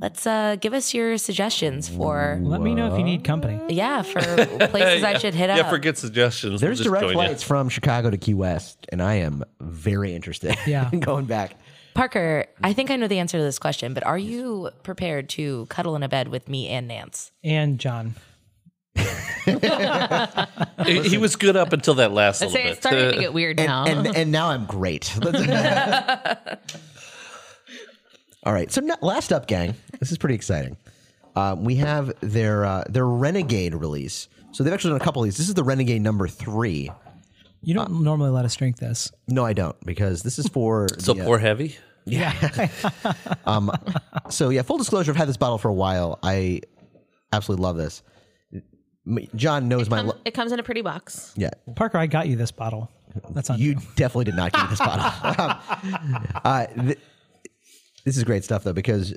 Speaker 2: let's uh, give us your suggestions for
Speaker 3: Let me know if you need company.
Speaker 1: (laughs)
Speaker 2: yeah for places I should hit
Speaker 5: yeah,
Speaker 2: up.
Speaker 5: forget suggestions.
Speaker 1: There's
Speaker 5: We'll just
Speaker 1: direct
Speaker 5: join you.
Speaker 1: flights from Chicago to Key West, and I am very interested
Speaker 3: Yeah.
Speaker 1: (laughs) in going back.
Speaker 2: Parker, I think I know the answer to this question, but are you prepared to cuddle in a bed with me and Nance?
Speaker 3: And John.
Speaker 5: He- He was good up until that last
Speaker 4: I'd
Speaker 5: little
Speaker 4: say
Speaker 5: bit.
Speaker 4: it's starting to
Speaker 5: Uh,
Speaker 4: get weird
Speaker 1: and,
Speaker 4: now.
Speaker 1: and, and now I'm
Speaker 4: (laughs)
Speaker 1: great. All right. So na- last up, gang. This is pretty exciting. Um, we have their uh, their Renegade release. So they've actually done a couple of these. This is the Renegade number three.
Speaker 3: You don't normally let us drink this.
Speaker 1: No, I don't, because this is for
Speaker 4: (laughs)
Speaker 5: so
Speaker 1: the, uh,
Speaker 5: poor heavy.
Speaker 1: So yeah, full disclosure, I've had this bottle for a while. I absolutely love this. M- John knows my.
Speaker 4: Um,
Speaker 1: Lo-
Speaker 4: it comes in a pretty box.
Speaker 1: yeah,
Speaker 3: Parker, I got you this bottle. That's not
Speaker 1: You
Speaker 3: true.
Speaker 1: definitely did not give me this bottle. uh, (laughs) th- this is great stuff though because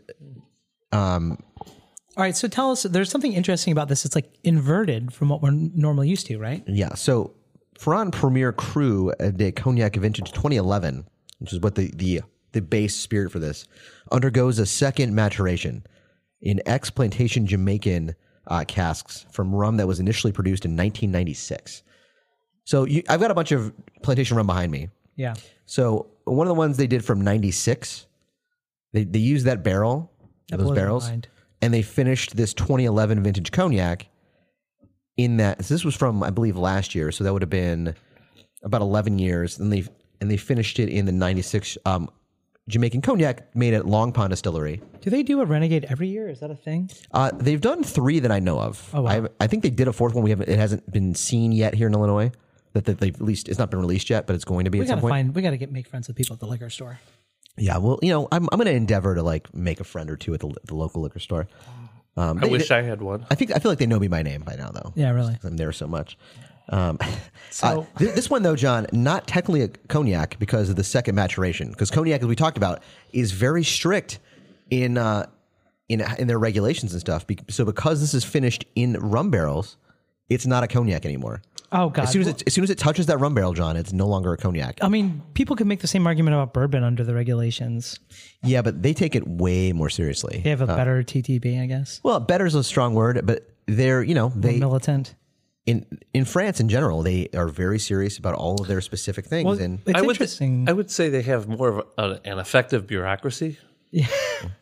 Speaker 3: All right, so tell us. There's something interesting about this. It's like inverted from what we're normally used to, right?
Speaker 1: yeah. So Ferran Premier Cru de Cognac Vintage 2011, which is what the, the, the base spirit for this, undergoes a second maturation in ex plantation Jamaican uh, casks from rum that was initially produced in 1996. So you, I've got a bunch of plantation rum behind me.
Speaker 3: Yeah.
Speaker 1: So one of the ones they did from '96, they they used that barrel, those
Speaker 3: blows my
Speaker 1: barrels,
Speaker 3: mind.
Speaker 1: and they finished this 2011 vintage cognac. In that, so this was from I believe last year, so that would have been about 11 years, and they and they finished it in the '96 um, Jamaican cognac made at Long Pond Distillery.
Speaker 3: Do they do a renegade every year? Is that a thing?
Speaker 1: Uh, they've done three that I know of.
Speaker 3: Oh, wow.
Speaker 1: I, I think they did a fourth one. We haven't. It hasn't been seen yet here in Illinois. That that they've at least it's not been released yet, but it's going to be
Speaker 3: We
Speaker 1: at some
Speaker 3: gotta
Speaker 1: point.
Speaker 3: find. We gotta get make friends with people at the liquor store.
Speaker 1: Yeah, well, you know, I'm I'm gonna endeavor to like make a friend or two at the, the local liquor store. Um,
Speaker 5: I wish I had one.
Speaker 1: I think I feel like they know me by name by now, though.
Speaker 3: Yeah, really.
Speaker 1: 'cause I'm there so much. Um, (laughs)
Speaker 3: So-
Speaker 1: uh, th- this one though, John, not technically a cognac because of the second maturation. Because cognac, as we talked about, is very strict in uh, in in their regulations and stuff. Be- So because this is finished in rum barrels, it's not a cognac anymore.
Speaker 3: Oh god.
Speaker 1: As soon as it, as soon as it touches that rum barrel, John, it's no longer a cognac.
Speaker 3: I mean, people could make the same argument about bourbon under the regulations.
Speaker 1: Yeah, but they take it way more seriously.
Speaker 3: They have a better TTB, I guess.
Speaker 1: Well, better is a strong word, but they're you know they
Speaker 3: Militant.
Speaker 1: in in France in general they are very serious about all of their specific things.
Speaker 3: Well,
Speaker 1: and
Speaker 3: it's
Speaker 5: I would,
Speaker 3: interesting.
Speaker 5: I would say they have more of a, an effective bureaucracy.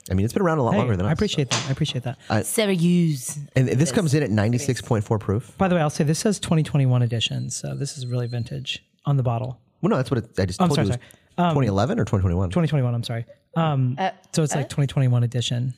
Speaker 1: I mean, it's been around a lot
Speaker 3: Hey,
Speaker 1: longer than us.
Speaker 3: I appreciate that. I appreciate that.
Speaker 2: Sarah Hughes.
Speaker 1: And this comes in at ninety six point four proof.
Speaker 3: By the way, I'll say this says 2021 edition, so this is really vintage on the bottle.
Speaker 1: Well, no, that's what it, I just told
Speaker 3: Oh, sorry,
Speaker 1: you.
Speaker 3: sorry. Um,
Speaker 1: Twenty eleven or twenty twenty one.
Speaker 3: 2021. I'm sorry. Um, so it's like 2021 edition.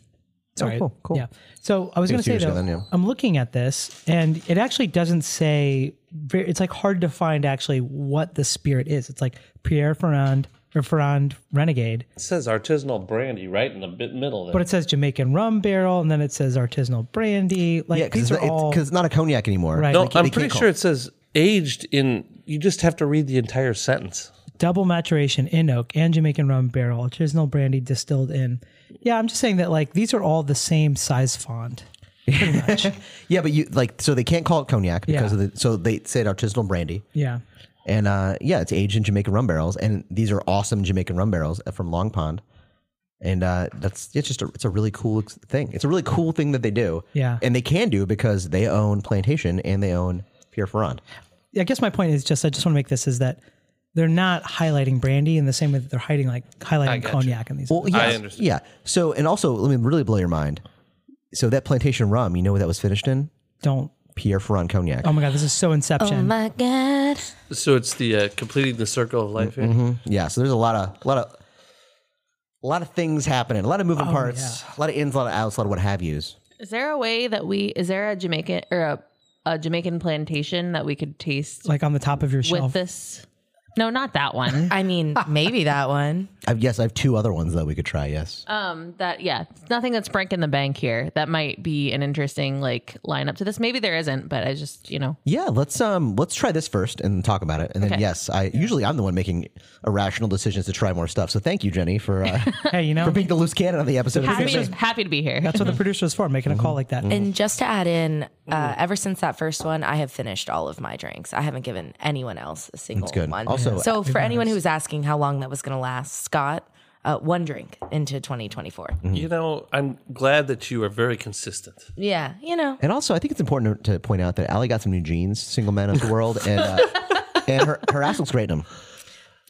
Speaker 1: Uh,
Speaker 3: Sorry.
Speaker 1: Oh, cool, cool.
Speaker 3: Yeah. So I was going to
Speaker 1: two
Speaker 3: say
Speaker 1: years ago
Speaker 3: though,
Speaker 1: then, yeah.
Speaker 3: I'm looking at this, and it actually doesn't say. ver- It's like hard to find actually what the spirit is. It's like Pierre Ferrand or Ferrand Renegade,
Speaker 5: It says artisanal brandy right in the bit middle there.
Speaker 3: but it says Jamaican rum barrel, and then it says artisanal brandy. Like
Speaker 1: Yeah, because it's,
Speaker 3: these are
Speaker 1: not- it's-
Speaker 3: all.
Speaker 1: 'cause it's not a cognac anymore.
Speaker 3: Right.
Speaker 5: no,
Speaker 3: like,
Speaker 5: I'm
Speaker 1: they
Speaker 5: pretty
Speaker 1: can't
Speaker 5: sure it says aged in. You just have to read the entire sentence.
Speaker 3: double maturation in oak and Jamaican rum barrel, artisanal brandy distilled in. Yeah, I'm just saying that like these are all the same size font.
Speaker 1: Yeah, but you like so they can't call it cognac because
Speaker 3: Yeah.
Speaker 1: of the so they said artisanal brandy.
Speaker 3: Yeah.
Speaker 1: And uh, yeah, it's aged in Jamaican rum barrels, and these are awesome Jamaican rum barrels uh, from Long Pond. And uh, that's it's just a, it's a really cool ex- thing. It's a really cool thing that they do.
Speaker 3: Yeah.
Speaker 1: and they can do because they own Plantation and they own Pierre Ferrand.
Speaker 3: I guess my point is just I just want to make this is that they're not highlighting brandy in the same way that they're hiding like highlighting cognac in these.
Speaker 1: Well, yeah,
Speaker 5: understand.
Speaker 1: yeah. So and also, let me really blow your mind. So that Plantation rum, you know what that was finished in?
Speaker 3: Don't.
Speaker 1: Pierre Ferrand cognac.
Speaker 3: Oh my god, this is so
Speaker 2: Oh
Speaker 3: Inception.
Speaker 2: my God.
Speaker 5: So it's the uh, completing the circle of life. Here.
Speaker 1: Mm-hmm. Yeah, so there's a lot of a lot of a lot of things happening, a lot of
Speaker 3: Oh,
Speaker 1: moving parts, a lot of ins, a lot of outs, a lot of what have yous.
Speaker 4: Is there a way that we? Is there a Jamaican or a, a Jamaican plantation that we could taste
Speaker 3: like on the top of your
Speaker 4: with
Speaker 3: shelf.
Speaker 4: this? No, not that (laughs) one.
Speaker 2: I mean, maybe that one.
Speaker 1: I, yes, I have two other ones though we could try. Yes.
Speaker 4: Um, that yeah, nothing that's breaking the bank here. That might be an interesting like lineup to this. Maybe there isn't, but I just you know
Speaker 1: Yeah, let's um let's try this first and talk about it, and then
Speaker 4: Okay.
Speaker 1: yes, I usually I'm the one making irrational decisions to try more stuff. So thank you, Jenny, for
Speaker 4: (laughs)
Speaker 1: uh,
Speaker 3: hey, you know
Speaker 1: for being the loose cannon on the episode.
Speaker 4: happy to, happy to be here.
Speaker 3: that's
Speaker 1: (laughs)
Speaker 3: what the producer's for, making a
Speaker 1: Mm-hmm.
Speaker 3: call like that.
Speaker 2: And just to add in,
Speaker 5: Mm.
Speaker 2: uh, ever since that first one, I have finished all of my drinks. I haven't given anyone else a single
Speaker 1: good.
Speaker 2: one.
Speaker 1: Also,
Speaker 2: so for anyone who was asking how long that was going to last, Scott, uh, one drink into 2024.
Speaker 5: You know, I'm glad that you are very consistent.
Speaker 2: Yeah, you know,
Speaker 1: And also, I think it's important to point out that Allie got some new jeans, single men of the
Speaker 4: (laughs)
Speaker 1: world, and uh, and her her ass looks great in them.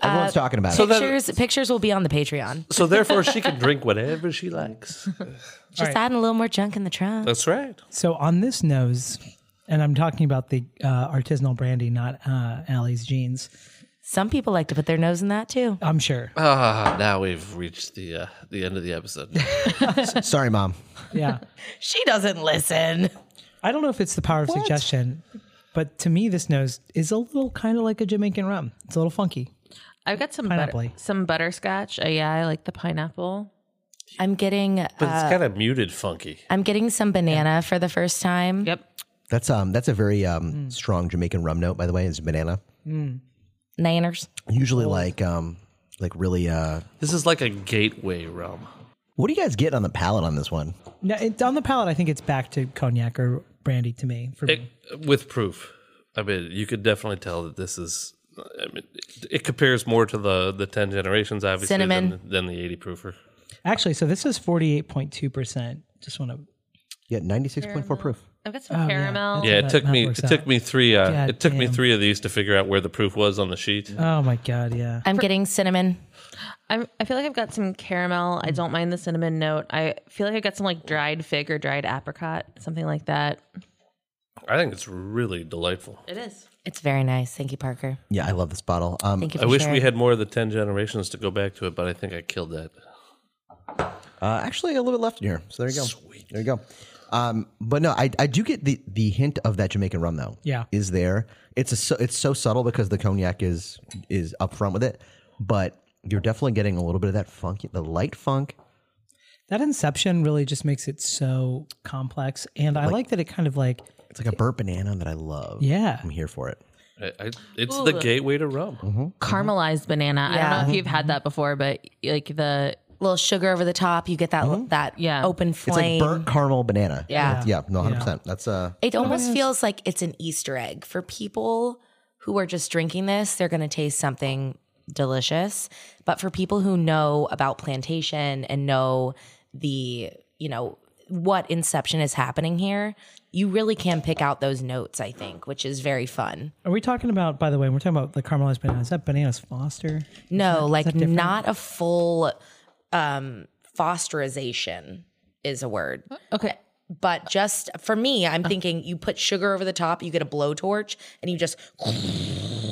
Speaker 4: Uh,
Speaker 1: Everyone's talking about it.
Speaker 5: that-
Speaker 2: pictures pictures will be on the Patreon.
Speaker 5: So therefore, she can drink whatever she likes.
Speaker 2: Just adding a little more junk in the trunk.
Speaker 5: That's right.
Speaker 3: So on this nose, and I'm talking about the uh, artisanal brandy, not uh, Allie's jeans.
Speaker 2: Some people like to put their nose in that too.
Speaker 1: (laughs)
Speaker 3: I'm sure.
Speaker 5: Ah, now we've reached the uh, the end of the episode.
Speaker 1: Sorry, mom.
Speaker 3: Yeah.
Speaker 2: She doesn't listen.
Speaker 3: I don't know if it's the power of suggestion, but to me, this nose is a little kind of like a Jamaican rum. It's a little funky.
Speaker 4: I've got some
Speaker 3: Pineapple-y.
Speaker 4: butter, some butterscotch. Uh, yeah, I like the pineapple.
Speaker 2: I'm getting
Speaker 5: But
Speaker 2: uh,
Speaker 5: it's kind of muted, funky.
Speaker 2: I'm getting some banana for the first time.
Speaker 4: Yep.
Speaker 1: That's um that's a very um
Speaker 4: Hmm.
Speaker 1: strong Jamaican rum note, by the way. It's banana.
Speaker 2: Nanners.
Speaker 1: Usually, like um like really uh.
Speaker 5: This is like a gateway rum.
Speaker 1: What do you guys get on the palate on this one?
Speaker 3: Now, it, on the palate, I think it's back to cognac or brandy to me. For me.
Speaker 5: With proof. I mean, you could definitely tell that this is. I mean, it, it compares more to the the ten generations, obviously,
Speaker 2: Cinnamon.
Speaker 5: than, than the eighty proofer.
Speaker 3: Actually, so this is 48.2%. Just want to.
Speaker 1: Yeah, ninety six point four proof.
Speaker 4: I've got some
Speaker 3: yeah.
Speaker 4: caramel.
Speaker 5: Yeah, it
Speaker 3: that
Speaker 5: took
Speaker 3: math
Speaker 5: me it
Speaker 3: works
Speaker 5: took
Speaker 3: out.
Speaker 5: me three uh,
Speaker 3: God
Speaker 5: it took me
Speaker 3: damn.
Speaker 5: three of these to figure out where the proof was on the sheet.
Speaker 3: Oh my God. Yeah.
Speaker 2: I'm getting cinnamon.
Speaker 4: I'm, I feel like I've got some caramel. I don't mind the cinnamon note. I feel like I've got some like dried fig or dried apricot, something like that.
Speaker 5: I think it's really delightful.
Speaker 4: It is.
Speaker 2: It's very nice. Thank you, Parker.
Speaker 1: Yeah, I love this bottle. Um,
Speaker 2: Thank you. For
Speaker 5: I wish
Speaker 2: sharing.
Speaker 5: we had more of the ten generations to go back to it, but I think I killed that.
Speaker 1: Uh, actually, a little bit left in here. So there you go. There you go. Um, but no, I, I do get the, the hint of that Jamaican rum though.
Speaker 3: Yeah.
Speaker 1: is there? It's a so, it's so subtle because the cognac is is upfront with it, but you're definitely getting a little bit of that funky, the light funk.
Speaker 3: That inception really just makes it so complex. And I like that it kind of like,
Speaker 1: It's like a burnt banana that I love.
Speaker 3: Yeah.
Speaker 1: I'm here for it.
Speaker 5: I, I, it's the gateway to rum.
Speaker 3: Mm-hmm.
Speaker 4: Caramelized banana. I
Speaker 2: Yeah.
Speaker 4: don't know if you've had that before, but like the
Speaker 2: little sugar over the top. You get that that
Speaker 4: Yeah.
Speaker 2: open
Speaker 1: Mm-hmm. It's like
Speaker 2: flame.
Speaker 1: burnt caramel banana.
Speaker 2: Yeah.
Speaker 1: That's- yeah, no, 100. percent That's uh,
Speaker 2: it almost feels like it's an Easter egg for people who are just drinking this. They're going to taste something delicious, but for people who know about plantation and know the you know what inception is happening here, you really can pick out those notes. I think, which is very fun.
Speaker 3: are we talking about, by the way, we're talking about the caramelized banana. Is that bananas Foster?
Speaker 2: No, like not a full um fosterization is a word.
Speaker 4: okay.
Speaker 2: But just for me, I'm thinking you put sugar over the top, you get a blowtorch, and you just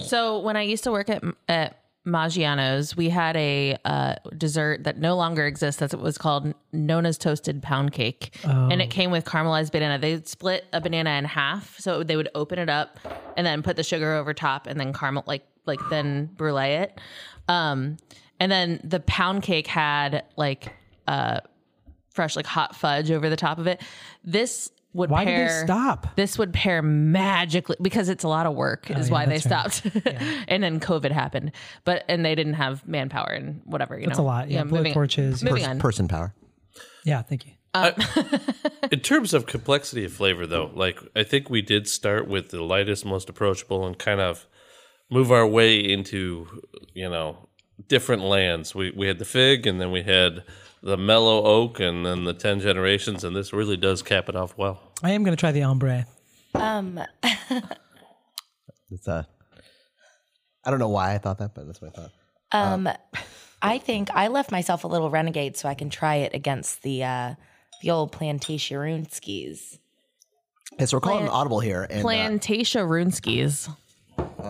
Speaker 4: So when I used to work at at Maggiano's, we had a uh, dessert that no longer exists. That's what it was called Nona's toasted pound cake, and
Speaker 3: Oh.
Speaker 4: it came with caramelized banana. They split a banana in half, so they would open it up and then put the sugar over top, and then caramel like like then brulee it. Um, and then the pound cake had like uh, fresh like hot fudge over the top of it. This would
Speaker 3: Why
Speaker 4: pair
Speaker 3: did they stop?
Speaker 4: this would pair magically because it's a lot of work is
Speaker 3: Oh, yeah,
Speaker 4: why they
Speaker 3: that's right.
Speaker 4: stopped (laughs) and then covid happened but and they didn't have manpower and whatever you
Speaker 3: That's
Speaker 4: know
Speaker 3: a lot. Yeah.
Speaker 4: moving,
Speaker 3: Blowtorches.
Speaker 4: moving on
Speaker 1: person power.
Speaker 3: Yeah. Thank you.
Speaker 5: In terms of complexity of flavor, though, like I think we did start with the lightest, most approachable, and kind of move our way into you know different lands. We we had the fig, and then we had the mellow oak, and then the ten generations, and this really does cap it off well.
Speaker 3: I am going to try the ombre.
Speaker 2: Um,
Speaker 1: It's uh, I don't know why I thought that, but that's what I thought.
Speaker 2: um, Uh. I think I left myself a little renegade so I can try it against the uh the old plantationskis.
Speaker 1: Okay, so we're calling an audible here, and uh,
Speaker 4: plantasia runskis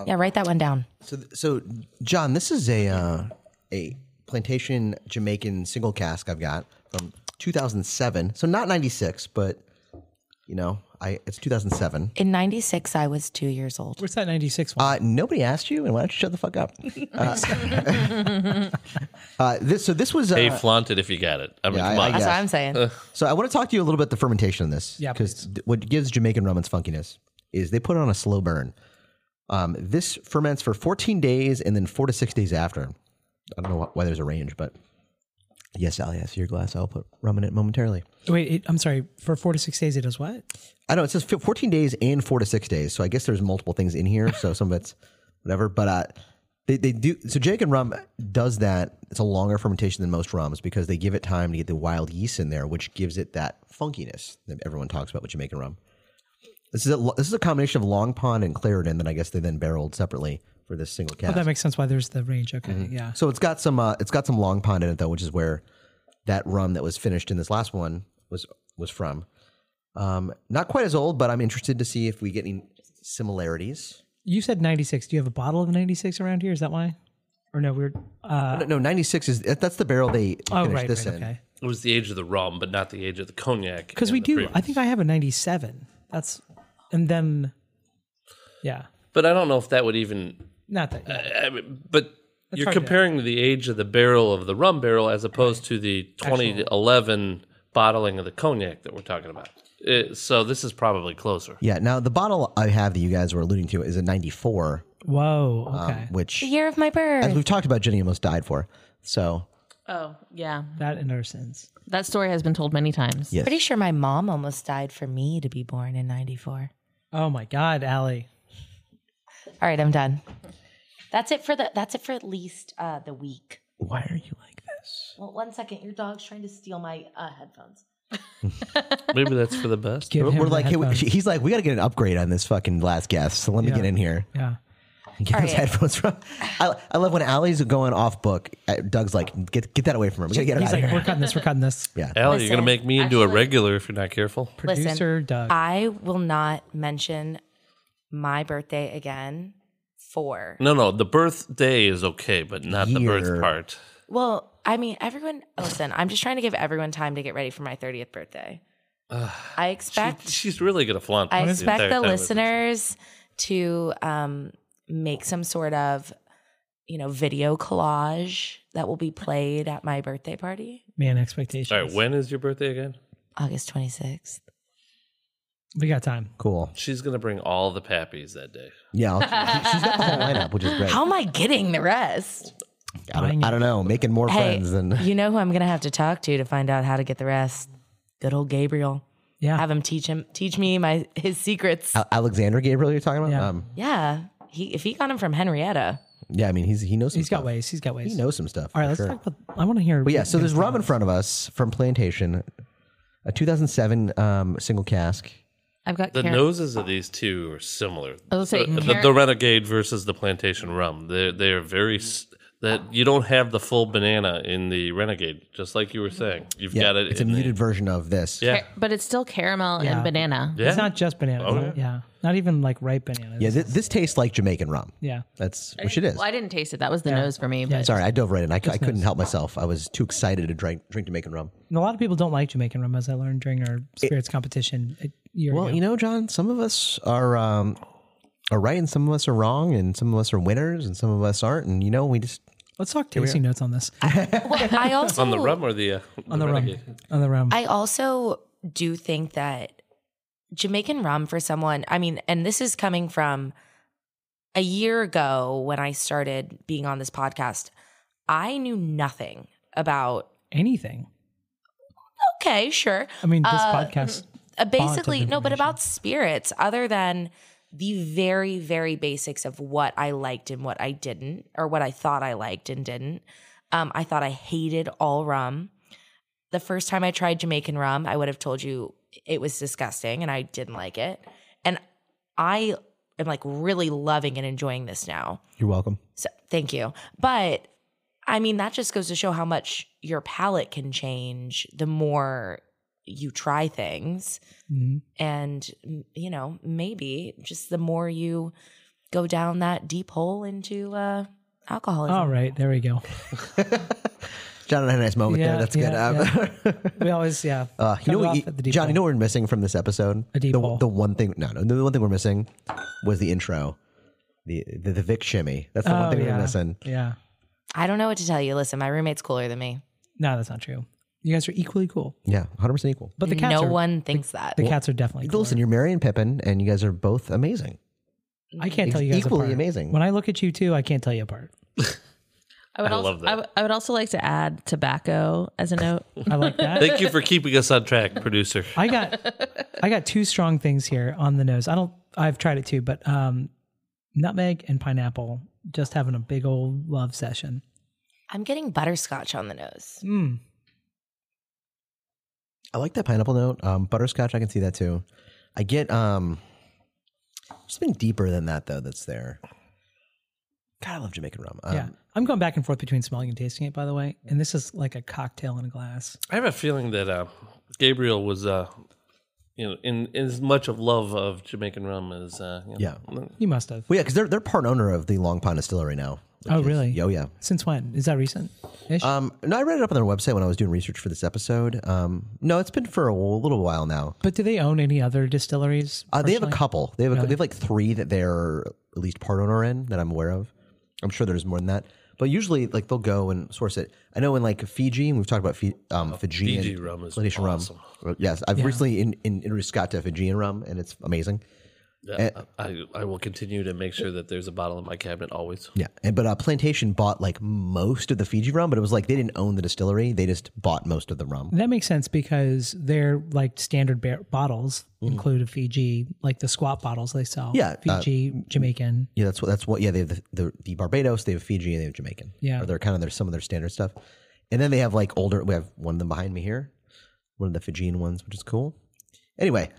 Speaker 2: Yeah, write that one down.
Speaker 1: So, th- so John, this is a uh, a plantation Jamaican single cask I've got from 2007. So not 96, but you know, I it's 2007.
Speaker 2: In 96 I was 2 years old.
Speaker 3: Where's that 96 one?
Speaker 1: Uh, nobody asked you, and why don't you shut the fuck up? Uh, uh, (laughs) this so this was uh,
Speaker 5: Hey, flaunt it if you got it. I mean,
Speaker 1: Yeah,
Speaker 5: come
Speaker 1: I-
Speaker 5: on.
Speaker 1: I
Speaker 2: That's
Speaker 1: guess.
Speaker 2: what I'm saying.
Speaker 1: so I want to talk to you a little about the fermentation of this,
Speaker 3: Yeah,
Speaker 1: because what gives Jamaican rum its funkiness is they put it on a slow burn. Um, this ferments for 14 days and then four to six days after. I don't know wh- why there's a range, but yes, Ali, I see your glass. I'll put rum in it momentarily.
Speaker 3: Wait, it, I'm sorry. For four to six days, Uh, it does what?
Speaker 1: I know it says fif- 14 days and four to six days. So I guess there's multiple things in here. So some of it's whatever. But uh, they, they do. So Jake and rum does that. It's a longer fermentation than most rums because they give it time to get the wild yeast in there, which gives it that funkiness that everyone talks about with Jamaican rum. This is a, lo- this is a combination of Long Pond and Claritin that I guess they then barreled separately for this single cask.
Speaker 3: Oh, that makes sense why there's the range. Okay. Yeah.
Speaker 1: So it's got some uh, it's got some long pond in it though, which is where that rum that was finished in this last one was was from. Um, not quite as old, but I'm interested to see if we get any similarities.
Speaker 3: You said 96. Do you have a bottle of 96 around here? Is that why? Or no, we're. Uh,
Speaker 1: No, no, 96 is that's the barrel they
Speaker 3: oh,
Speaker 1: finished
Speaker 3: right.
Speaker 1: this
Speaker 3: right
Speaker 1: in.
Speaker 3: okay.
Speaker 5: It was the age of the rum, but not the age of the cognac.
Speaker 3: Because
Speaker 5: and
Speaker 3: we
Speaker 5: the
Speaker 3: do.
Speaker 5: previous.
Speaker 3: I think I have a 97. That's. And then. Yeah.
Speaker 5: but I don't know if that would even
Speaker 3: Not that. yeah.
Speaker 5: I mean, but you're
Speaker 3: hard to-
Speaker 5: comparing the age of the barrel of the rum barrel as opposed to the 2011 bottling of the cognac that we're talking about. Uh, so this is probably
Speaker 2: (laughs)
Speaker 5: closer.
Speaker 1: Yeah. Now the bottle I have that you guys were alluding to is a 94,
Speaker 3: Whoa.
Speaker 1: Um,
Speaker 3: Okay.
Speaker 1: which
Speaker 2: The year of my
Speaker 1: as
Speaker 2: birth.
Speaker 1: we've talked about, Jenny almost died for. So
Speaker 4: oh yeah
Speaker 3: that in our sense.
Speaker 4: that story has been told many times
Speaker 1: yes,
Speaker 2: Pretty sure my mom almost died for me to be born in 94.
Speaker 3: Oh, my God, Allie.
Speaker 2: All right, I'm done.
Speaker 6: That's it for the. That's it for at least uh, the week.
Speaker 1: Why are you like this?
Speaker 6: Well, one second. Your dog's trying to steal my uh, headphones.
Speaker 5: Maybe that's for the best.
Speaker 3: Give
Speaker 1: We're,
Speaker 3: him
Speaker 1: we're
Speaker 3: the
Speaker 1: like, hey, we-
Speaker 3: headphones.
Speaker 1: he's like, we got to get an upgrade on this fucking last guest. So let me
Speaker 3: Yeah.
Speaker 1: get in here
Speaker 3: yeah.
Speaker 1: and get those headphones from. I, I love when Allie's going off book. uh, Doug's like, get get that away from her. We got to get her
Speaker 3: He's
Speaker 1: out of
Speaker 3: like, we're
Speaker 1: here.
Speaker 3: cutting this. We're
Speaker 1: (laughs)
Speaker 3: cutting this.
Speaker 1: Yeah.
Speaker 5: Allie, you're
Speaker 2: Listen,
Speaker 5: gonna make me into a regular if you're not careful.
Speaker 2: Listen,
Speaker 3: Producer Doug.
Speaker 2: I will not mention my birthday again for.
Speaker 5: No, no, the birthday is okay, but not the
Speaker 1: Year.
Speaker 5: birth part.
Speaker 2: Well, I mean, everyone, listen, I'm just trying to give everyone time to get ready for my 30th birthday. I expect.
Speaker 5: She- she's really gonna flaunt.
Speaker 2: I
Speaker 5: this
Speaker 2: expect
Speaker 5: entire
Speaker 2: the
Speaker 5: time with
Speaker 2: listeners to um, make some sort of, you know, video collage that will be played at my birthday party,
Speaker 3: Man,
Speaker 5: this.
Speaker 3: expectations.
Speaker 5: All right, when is your birthday again?
Speaker 2: August 26th.
Speaker 3: we got time.
Speaker 1: Cool.
Speaker 5: She's gonna bring all the pappies that day.
Speaker 1: Yeah. I'll- she- she's got the whole lineup, which is great.
Speaker 2: How am I getting the rest?
Speaker 1: I, don't, I don't know. Making more friends than.
Speaker 2: you know who I'm gonna have to talk to to find out how to get the rest. Good old Gabriel.
Speaker 3: Yeah.
Speaker 2: Have him teach him teach me my his secrets.
Speaker 1: Al- Alexander Gabriel, you're talking about?
Speaker 3: Yeah.
Speaker 1: Um,
Speaker 2: yeah, he if he got him from Henrietta.
Speaker 1: yeah, I mean, he's he knows some
Speaker 3: He's got
Speaker 1: stuff.
Speaker 3: ways. He's got ways.
Speaker 1: He knows some stuff.
Speaker 3: All right,
Speaker 1: for
Speaker 3: let's
Speaker 1: sure.
Speaker 3: talk about. I want to hear.
Speaker 1: But yeah, so there's rum in front of us from Plantation, a 2007 um, single cask.
Speaker 4: I've got
Speaker 5: The
Speaker 4: Karen-
Speaker 5: noses of these two are similar.
Speaker 4: I'll say
Speaker 5: the, the,
Speaker 4: Karen-
Speaker 5: the renegade versus the plantation rum. They they are very s- that you don't have the full banana in the renegade, just like you were saying. You've
Speaker 1: Yeah,
Speaker 5: got it.
Speaker 1: it's a
Speaker 5: in the-
Speaker 1: muted version of this.
Speaker 5: yeah,
Speaker 4: but it's still caramel
Speaker 3: Yeah.
Speaker 4: and banana.
Speaker 5: yeah.
Speaker 3: It's not just bananas.
Speaker 5: Oh,
Speaker 3: yeah. Not even like ripe bananas.
Speaker 1: Yeah, thi- this tastes like Jamaican rum.
Speaker 3: Yeah.
Speaker 1: That's which it is.
Speaker 4: Well, I didn't taste it. That was the nose for me. But
Speaker 1: Sorry, I dove right in. I, c- I couldn't help myself. I was too excited to drink drink Jamaican rum.
Speaker 3: And a lot of people don't like Jamaican rum, as I learned during our spirits competition a year
Speaker 1: Well,
Speaker 3: ago.
Speaker 1: you know, John, some of us are um, are right, and some of us are wrong, and some of us are winners, and some of us aren't. And you know, we just
Speaker 3: Let's talk tasting notes on this.
Speaker 2: (laughs) I also
Speaker 5: on the rum or the uh,
Speaker 3: (laughs) on the rum.
Speaker 5: renegade?
Speaker 3: On the rum.
Speaker 2: I also do think that Jamaican rum for someone, I mean, and this is coming from a year ago when I started being on this podcast, I knew nothing about,
Speaker 3: Anything.
Speaker 2: okay, sure.
Speaker 3: I mean, this
Speaker 2: Uh,
Speaker 3: podcast.
Speaker 2: Uh,
Speaker 3: of
Speaker 2: basically, no, but
Speaker 3: information.
Speaker 2: about spirits, other than the very, very basics of what I liked and what I didn't, or what I thought I liked and didn't. Um, I thought I hated all rum. The first time I tried Jamaican rum, I would have told you it was disgusting and I didn't like it. And I am like really loving and enjoying this now.
Speaker 1: you're welcome.
Speaker 2: So thank you. But I mean, that just goes to show how much your palate can change the more you try things.
Speaker 3: Mhm.
Speaker 2: And, m- you know, maybe just the more you go down that deep hole into uh, alcoholism.
Speaker 3: All right, there we go.
Speaker 1: John had a nice moment there.
Speaker 3: Yeah,
Speaker 1: That's
Speaker 3: yeah,
Speaker 1: good. Um,
Speaker 3: We always, yeah.
Speaker 1: (laughs) Uh, you
Speaker 3: cut
Speaker 1: know,
Speaker 3: it
Speaker 1: what
Speaker 3: off
Speaker 1: you-
Speaker 3: at the deep
Speaker 1: John, you
Speaker 3: end.
Speaker 1: know what we're missing from this episode?
Speaker 3: A deep
Speaker 1: the,
Speaker 3: hole.
Speaker 1: the one thing, no, no, the one thing we're missing was the intro, the the, the Vic shimmy. That's the one
Speaker 3: Oh,
Speaker 1: thing we
Speaker 3: yeah.
Speaker 1: we're missing.
Speaker 3: Yeah.
Speaker 2: I don't know what to tell you. Listen, my roommate's cooler than me.
Speaker 3: No, that's not true. You guys are equally cool,
Speaker 1: Yeah, hundred percent equal.
Speaker 3: but the cats.
Speaker 2: no
Speaker 3: are,
Speaker 2: one thinks that.
Speaker 3: The cats are definitely. Cool.
Speaker 1: Listen, you're Mary and Pippin, and you guys are both amazing.
Speaker 3: I can't tell you guys
Speaker 1: equally
Speaker 3: apart.
Speaker 1: amazing.
Speaker 3: When I look at you two, I can't tell you apart.
Speaker 4: I would
Speaker 5: I
Speaker 4: also,
Speaker 5: love that.
Speaker 4: I would- I would also like to add tobacco
Speaker 5: (laughs)
Speaker 4: as a note.
Speaker 3: I like that.
Speaker 5: Thank you for keeping us on track, producer.
Speaker 3: I got I got two strong things here on the nose. I don't I've tried it too, but um nutmeg and pineapple just having a big old love session.
Speaker 2: I'm getting butterscotch on the nose.
Speaker 3: Mm.
Speaker 1: I like that pineapple note. Um, butterscotch, I can see that too. I get um, something deeper than that though. That's there. God, I love Jamaican rum. Um,
Speaker 3: Yeah. I'm going back and forth between smelling and tasting it by the way, and this is like a cocktail in a glass.
Speaker 5: (laughs) I have a feeling that uh, Gabriel was, uh, you know, in, in as much of love of Jamaican rum as uh, you know,
Speaker 1: Yeah.
Speaker 3: You must have.
Speaker 1: Well, yeah, because they're they're part owner of the Long Pond Distillery now. which
Speaker 3: Oh,
Speaker 1: is-
Speaker 3: really?
Speaker 1: Oh, yeah.
Speaker 3: Since when? Is that recent? Ish?
Speaker 1: Um, no, I read it up on their website when I was doing research for this episode. Um, no, it's been for a little while now.
Speaker 3: but do they own any other distilleries?
Speaker 1: Uh, they have a
Speaker 3: personally?
Speaker 1: couple. They have, a, they have like three that they're at least part owner in that I'm aware of. I'm sure there's more than that. But usually, like they'll go and source it. I know in like Fiji, and we've talked about Fi- um, Fijian
Speaker 5: Oh, Fiji rum is
Speaker 1: plantation rum. Uh,
Speaker 5: awesome.
Speaker 1: Yes, I've recently in, in, introduced Scott to Fijian rum, and it's amazing.
Speaker 5: Yeah, I, I will continue to make sure that there's a bottle in my cabinet always.
Speaker 1: Yeah, and but uh, Plantation bought like most of the Fiji rum, but it was like they didn't own the distillery; they just bought most of the rum.
Speaker 3: That makes sense because their like standard bar- bottles include a Fiji, like the squat bottles they sell.
Speaker 1: Mm-hmm. Yeah, uh,
Speaker 3: Fiji, Jamaican.
Speaker 1: Yeah, that's what that's what. Yeah, they have the, the the Barbados, they have Fiji, and they have Jamaican.
Speaker 3: Yeah.
Speaker 1: or they're kind of their some of their standard stuff, and then they have like older. We have one of them behind me here, one of the Fijian ones, which is cool. Anyway,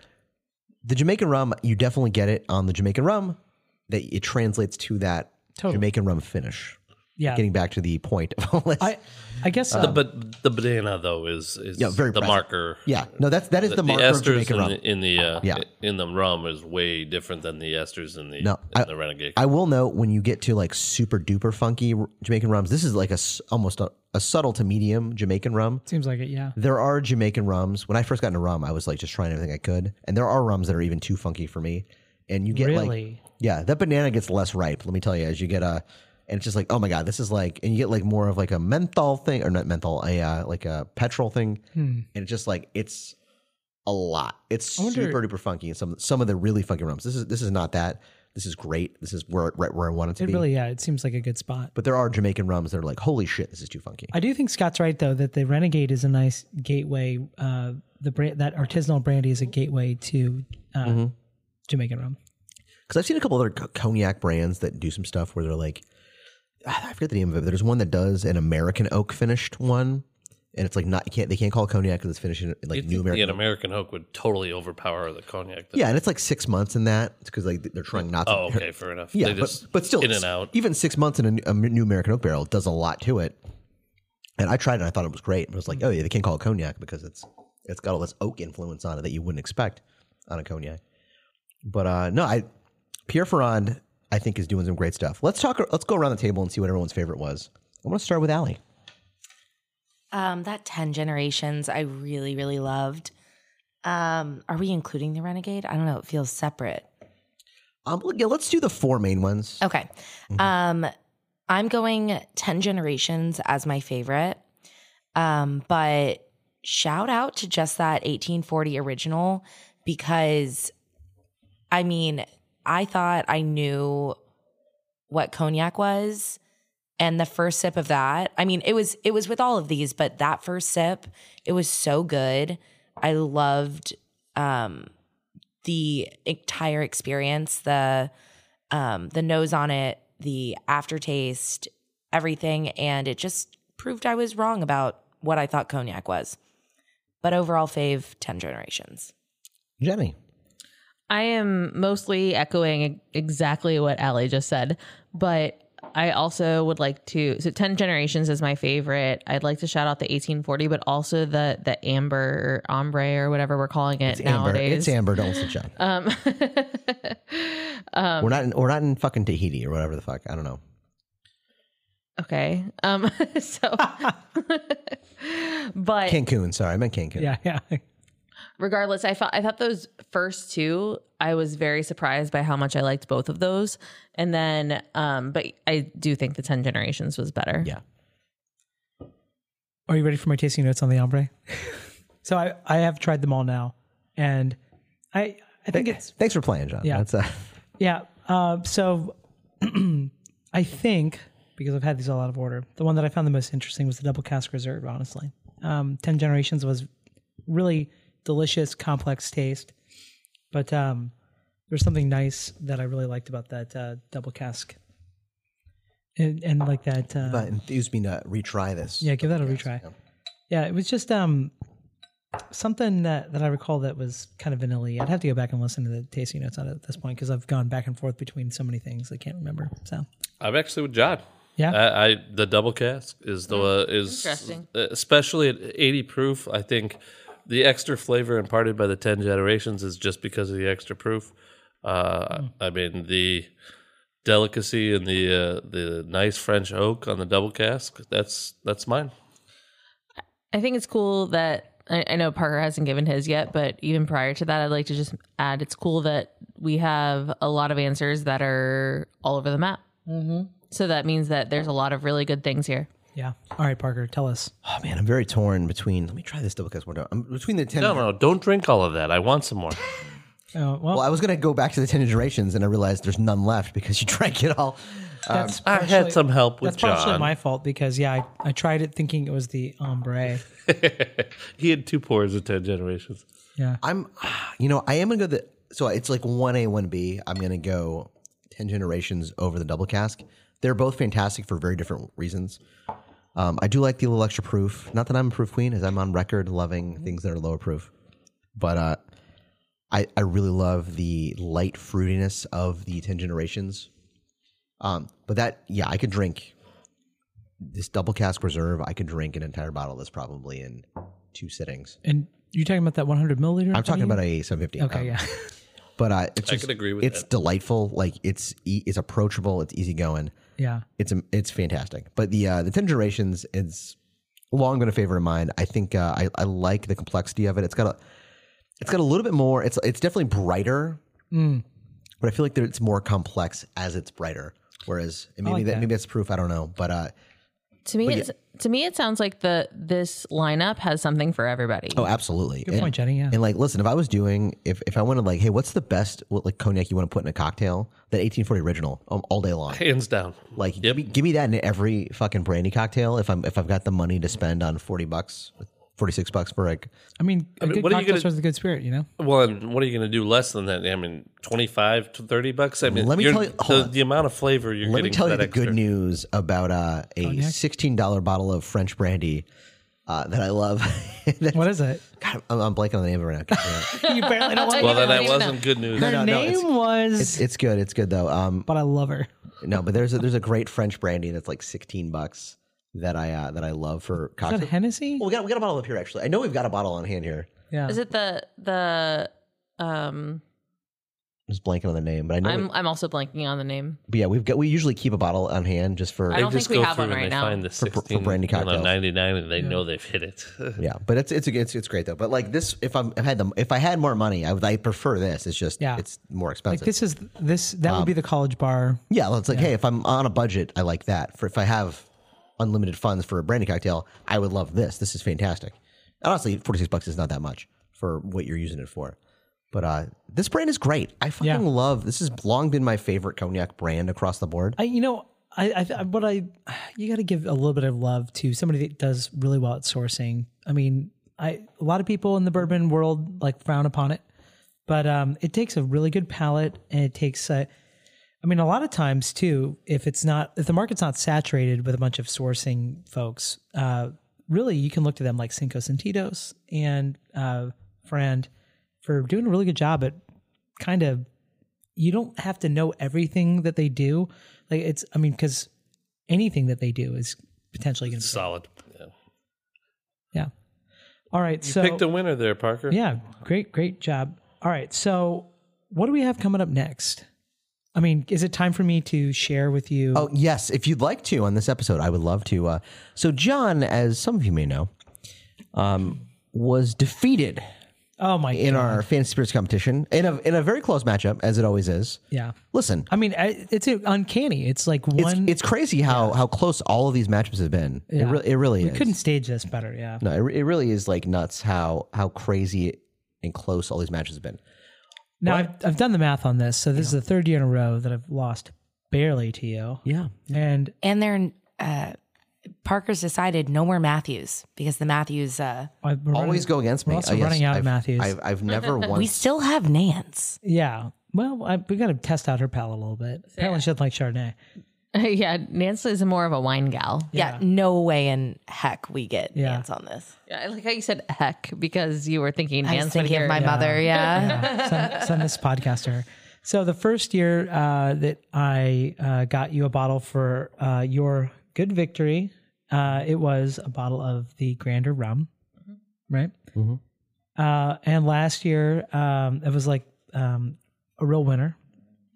Speaker 1: the Jamaican rum, you definitely get it on the Jamaican rum that it translates to that
Speaker 3: Totally.
Speaker 1: Jamaican rum finish.
Speaker 3: Yeah,
Speaker 1: Getting back to the point of all this,
Speaker 3: I, I guess uh,
Speaker 5: But the banana though is is
Speaker 1: Yeah, very
Speaker 5: the
Speaker 1: present.
Speaker 5: marker.
Speaker 1: yeah, no, that's that is the,
Speaker 5: The,
Speaker 1: marker of
Speaker 5: esters
Speaker 1: Jamaican
Speaker 5: in,
Speaker 1: rum.
Speaker 5: the- in the uh,
Speaker 1: Yeah.
Speaker 5: in the rum is way different than the esters in the
Speaker 1: No,
Speaker 5: in
Speaker 1: I-
Speaker 5: the renegade.
Speaker 1: I will note when you get to like super duper funky r- Jamaican rums, this is like a s- almost a, a subtle to medium Jamaican rum.
Speaker 3: seems like it. Yeah,
Speaker 1: There are Jamaican rums. When I first got into rum, I was like just trying everything I could, and there are rums that are even too funky for me. And you get like,
Speaker 3: really.
Speaker 1: yeah, that banana gets less ripe. Let me tell you, as you get a, and it's just like, oh my god, this is like, and you get like more of like a menthol thing or not menthol, a uh, like a petrol thing,
Speaker 3: Hmm.
Speaker 1: and it's just like it's a lot. It's
Speaker 3: wonder-
Speaker 1: super duper funky. And some some of the really funky rums. This is this is not that. This is great. This is where right where I want it to
Speaker 3: it
Speaker 1: be.
Speaker 3: really, yeah, it seems like a good spot.
Speaker 1: but there are Jamaican rums that are like, holy shit, this is too funky.
Speaker 3: I do think Scott's right though that the Renegade is a nice gateway. Uh, the brand that artisanal brandy is a gateway to uh, Jamaican rum.
Speaker 1: Because I've seen a couple other co- cognac brands that do some stuff where they're like, I forget the name of it. But there's one that does an American oak finished one, and it's like not you can't they can't call it cognac because it's finished in like
Speaker 5: You'd
Speaker 1: new
Speaker 5: think the-
Speaker 1: American.
Speaker 5: an American oak would totally overpower the cognac. though.
Speaker 1: yeah, and it's like six months in that because like they're trying not to.
Speaker 5: Oh, okay, fair enough.
Speaker 1: Yeah,
Speaker 5: They
Speaker 1: but,
Speaker 5: just
Speaker 1: but still,
Speaker 5: in
Speaker 1: it's- e
Speaker 5: and out.
Speaker 1: Even six months in a, new- a new American oak barrel does a lot to it. And I tried it and I thought it was great. But I was like, oh yeah, they can't call it cognac because it's it's got all this oak influence on it that you wouldn't expect on a cognac. But uh no, I Pierre Ferrand I think is doing some great stuff. Let's talk. Let's go around the table and see what everyone's favorite was. I want to start with Allie.
Speaker 6: Um, that 10 generations I really, really loved. Um, are we including the Renegade? I don't know. It feels separate.
Speaker 1: Um, yeah, let's do the four main ones.
Speaker 6: Okay. Um, I'm going 10 generations as my favorite. Um, but shout out to just that 1840 original because I mean, I thought I knew what cognac was and the first sip of that. I mean, it was it was with all of these, but that first sip, it was so good. I loved um the entire experience, the um, the nose on it, the aftertaste, everything. And it just proved I was wrong about what I thought cognac was. But overall, fave 10 generations.
Speaker 1: Jenny.
Speaker 4: I am mostly echoing e-, exactly what Ali just said, but I also would like to. So, Ten Generations is my favorite. I'd like to shout out the 1840, but also the the amber or ombre or whatever we're calling
Speaker 1: It's
Speaker 4: it
Speaker 1: Amber.
Speaker 4: nowadays.
Speaker 1: It's Amber. Don't listen, John.
Speaker 4: Um, (laughs) um,
Speaker 1: we're not. In, we're not in fucking Tahiti or whatever the fuck. I don't know.
Speaker 4: okay. Um, (laughs)
Speaker 1: (laughs)
Speaker 4: so, but
Speaker 1: Cancun. Sorry, I meant Cancun.
Speaker 3: Yeah, (laughs) yeah.
Speaker 4: regardless, I thought I thought those first two, I was very surprised by how much I liked both of those. And then um but I do think the 10 generations was better.
Speaker 1: Yeah.
Speaker 3: Are you ready for my tasting notes on the ombre? (laughs) so I, I have tried them all now, and I I think it's
Speaker 1: Thanks for playing, John.
Speaker 3: Yeah.
Speaker 1: That's uh, (laughs)
Speaker 3: Yeah. Uh, so (clears throat) I think because I've had these all out of order, the one that I found the most interesting was the double cask reserve. Honestly, um, ten generations was really delicious, complex taste, but um, there's something nice that I really liked about that uh, double cask, and, and like that. Uh,
Speaker 1: but enthused me to retry this.
Speaker 3: yeah, give that a retry. Yeah, it was just um something that, that I recall that was kind of vanilla. I'd have to go back and listen to the tasting notes on it at this point because I've gone back and forth between so many things I can't remember. So
Speaker 5: I'm actually with John.
Speaker 3: yeah, Mm-hmm.
Speaker 5: I, I the double cask is the uh, is
Speaker 4: Interesting.
Speaker 5: especially at 80 proof. I think the extra flavor imparted by the 10 generations is just because of the extra proof.
Speaker 3: Hmm.
Speaker 5: Uh, I mean the delicacy and the uh, the nice French oak on the double cask. That's that's mine.
Speaker 4: I think it's cool that I, I know Parker hasn't given his yet, but even prior to that, I'd like to just add it's cool that we have a lot of answers that are all over the map. Mm-hmm. So that means that there's a lot of really good things here.
Speaker 3: yeah. All right, Parker, tell us.
Speaker 1: Oh man, I'm very torn between. Let me try this double because we're done. I'm between the ten.
Speaker 5: No, no, don't drink all of that. I want some more. (laughs)
Speaker 3: Oh, well,
Speaker 1: Well, I was going to go back to the 10 generations and I realized there's none left because you (laughs) drank it all.
Speaker 3: that's
Speaker 5: I had
Speaker 3: partially-
Speaker 5: some help with
Speaker 3: That's partially
Speaker 5: John.
Speaker 3: my fault because yeah, I, I tried it thinking it was the ombre.
Speaker 5: (laughs) he had two pours of ten generations.
Speaker 3: Yeah,
Speaker 1: I'm, you know, I am going to go the, so it's like 1A, 1B. I'm going to go 10 generations over the double cask. They're both fantastic for very different reasons. Um, I do like the little extra proof. Not that I'm a proof queen, as I'm on record loving things that are lower proof. But uh, I, I really love the light fruitiness of the 10 generations. Um, but that, yeah, I could drink this double cask reserve. I could drink an entire bottle of this probably in two sittings.
Speaker 3: and you're talking about that 100 milliliter.
Speaker 1: I'm talking about a 750.
Speaker 3: Okay,
Speaker 1: um,
Speaker 3: yeah, (laughs)
Speaker 1: But uh, it's
Speaker 5: I
Speaker 1: just,
Speaker 5: can agree with
Speaker 1: it's
Speaker 5: that.
Speaker 1: delightful. Like it's e- it's approachable. It's easygoing.
Speaker 3: yeah.
Speaker 1: It's um, it's fantastic. But the uh, the ten generations is long been a favorite of mine. I think uh, I I like the complexity of it. It's got a it's got a little bit more. It's it's definitely brighter,
Speaker 3: Hmm.
Speaker 1: but I feel like that it's more complex as it's brighter. Whereas and maybe
Speaker 3: like
Speaker 1: that,
Speaker 3: that.
Speaker 1: maybe that's proof. I don't know. But uh,
Speaker 4: To me, it's, to me, it sounds like the this lineup has something for everybody.
Speaker 1: oh, absolutely.
Speaker 3: Good point, Jenny. Yeah,
Speaker 1: And like, listen, if I was doing, if if I wanted, like, hey, what's the best what, like cognac you want to put in a cocktail? That 1840 original, um, all day long.
Speaker 5: Hands down.
Speaker 1: Like, give me give me that in every fucking brandy cocktail. If I'm if I've got the money to spend on 40 bucks, 46 bucks for like,
Speaker 3: I mean, a
Speaker 5: mean,
Speaker 3: good
Speaker 5: what are you
Speaker 3: cocktail
Speaker 5: gonna-
Speaker 3: starts with a good spirit, you know.
Speaker 5: Well, and what are you going to do less than that? I mean, twenty five to thirty bucks. I mean,
Speaker 1: Let me
Speaker 5: you're-
Speaker 1: tell you- hold
Speaker 5: the,
Speaker 1: on.
Speaker 5: the amount of flavor you're
Speaker 1: let me
Speaker 5: getting.
Speaker 1: tell
Speaker 5: for
Speaker 1: you the
Speaker 5: that extra.
Speaker 1: good news about uh,
Speaker 4: Oh,
Speaker 1: a $16 bottle of French brandy uh, that I love. (laughs) That-
Speaker 3: What is it?
Speaker 1: God, I'm, I'm blanking on the name of it. now.
Speaker 3: you barely know what
Speaker 5: Well, then
Speaker 4: I don't
Speaker 5: that
Speaker 4: even know.
Speaker 5: wasn't good news.
Speaker 3: her
Speaker 1: no, no,
Speaker 3: name
Speaker 1: it's-
Speaker 3: was,
Speaker 1: it's, it's good. It's good though. Um,
Speaker 3: but I love her.
Speaker 1: no, but there's a, there's a great French brandy that's like 16 bucks that I uh, that I love for
Speaker 3: Is that
Speaker 1: cocktails.
Speaker 3: Hennessy?
Speaker 1: Well, we got we got a bottle up here actually. I know we've got a bottle on hand here.
Speaker 3: yeah.
Speaker 4: Is it the the
Speaker 1: I'm
Speaker 4: um?
Speaker 1: just blanking on the name, but I know.
Speaker 4: I'm
Speaker 1: we-
Speaker 4: I'm also blanking on the name.
Speaker 1: but yeah, we've got we usually keep a bottle on hand just for
Speaker 4: I don't
Speaker 5: They just
Speaker 4: think we
Speaker 5: go
Speaker 4: have
Speaker 5: through
Speaker 4: one
Speaker 5: and
Speaker 4: right
Speaker 5: they
Speaker 4: now.
Speaker 5: find the
Speaker 1: For- for- for
Speaker 5: 16
Speaker 1: brandy
Speaker 5: and the
Speaker 1: cocktails.
Speaker 5: 99 and they know they've hit it. (laughs)
Speaker 1: yeah. But it's it's it's it's great though. But like this, if I'm if I had them, if I had more money, I would I prefer this. It's just
Speaker 3: Yeah.
Speaker 1: it's more
Speaker 3: like
Speaker 1: expensive.
Speaker 3: this is this that would be the college bar.
Speaker 1: yeah, it's like hey, if I'm on a budget, I like that. For if I have unlimited funds for a brandy cocktail, I would love this. This is fantastic. And honestly, forty six bucks is not that much for what you're using it for. But uh, this brand is great. I fucking
Speaker 3: Yeah.
Speaker 1: love. This has long been my favorite cognac brand across the board.
Speaker 3: I, you know, I, I, th- what I, you got to give a little bit of love to somebody that does really well at sourcing. I mean, I, a lot of people in the bourbon world like frown upon it, but um, it takes a really good palate and it takes, uh, I mean, a lot of times too, if it's not, if the market's not saturated with a bunch of sourcing folks, uh, really you can look to them like Cinco Sentidos and uh, Friend for doing a really good job at kind of you don't have to know everything that they do. Like it's, I mean, because anything that they do is potentially going to
Speaker 5: Solid. Yeah.
Speaker 3: Yeah. All right.
Speaker 5: You
Speaker 3: so
Speaker 5: picked a winner there, Parker.
Speaker 3: yeah, great, great job. All right. So what do we have coming up next? I mean, is it time for me to share with you?
Speaker 1: Oh, yes. If you'd like to on this episode, I would love to. Uh, so, John, as some of you may know, um, was defeated
Speaker 3: Oh, my!
Speaker 1: in our Fantasy Spirits competition in a, in a very close matchup, as it always is.
Speaker 3: yeah.
Speaker 1: Listen,
Speaker 3: I mean, I, it's uncanny. It's like
Speaker 1: it's,
Speaker 3: one.
Speaker 1: it's crazy how, how close all of these matchups have been. It,
Speaker 3: Yeah.
Speaker 1: re- it really
Speaker 3: we
Speaker 1: is.
Speaker 3: couldn't stage this better. Yeah.
Speaker 1: No, it, re- it really is like nuts how, how crazy and close all these matches have been.
Speaker 3: Now I've, I've done the math on this, so this is the third year in a row that I've lost barely to you.
Speaker 1: Yeah.
Speaker 3: And
Speaker 6: And they're uh, Parker's decided no more Matthews because the Matthews uh,
Speaker 3: I, we're
Speaker 1: Always
Speaker 3: running-
Speaker 1: go against me.
Speaker 3: We're also
Speaker 1: Uh, yes,
Speaker 3: running out of
Speaker 1: I've-
Speaker 3: Matthews.
Speaker 1: I've, I've never once.
Speaker 6: we still have Nance.
Speaker 3: Yeah. Well, I, we got to test out her palate a little bit. Apparently, she doesn't like Chardonnay.
Speaker 4: yeah, Nancy is more of a wine gal.
Speaker 6: Yeah. no way in heck we get
Speaker 3: Yeah.
Speaker 6: Nance on this.
Speaker 4: Yeah, I like how you said heck because you were thinking
Speaker 6: I was
Speaker 4: Nancy.
Speaker 6: thinking of my mother. Yeah.
Speaker 3: send, send this podcast to her. So the first year uh, that I uh, got you a bottle for uh, your good victory, uh, it was a bottle of the Grander rum, right? Uh, and last year um, it was like um, a real winner.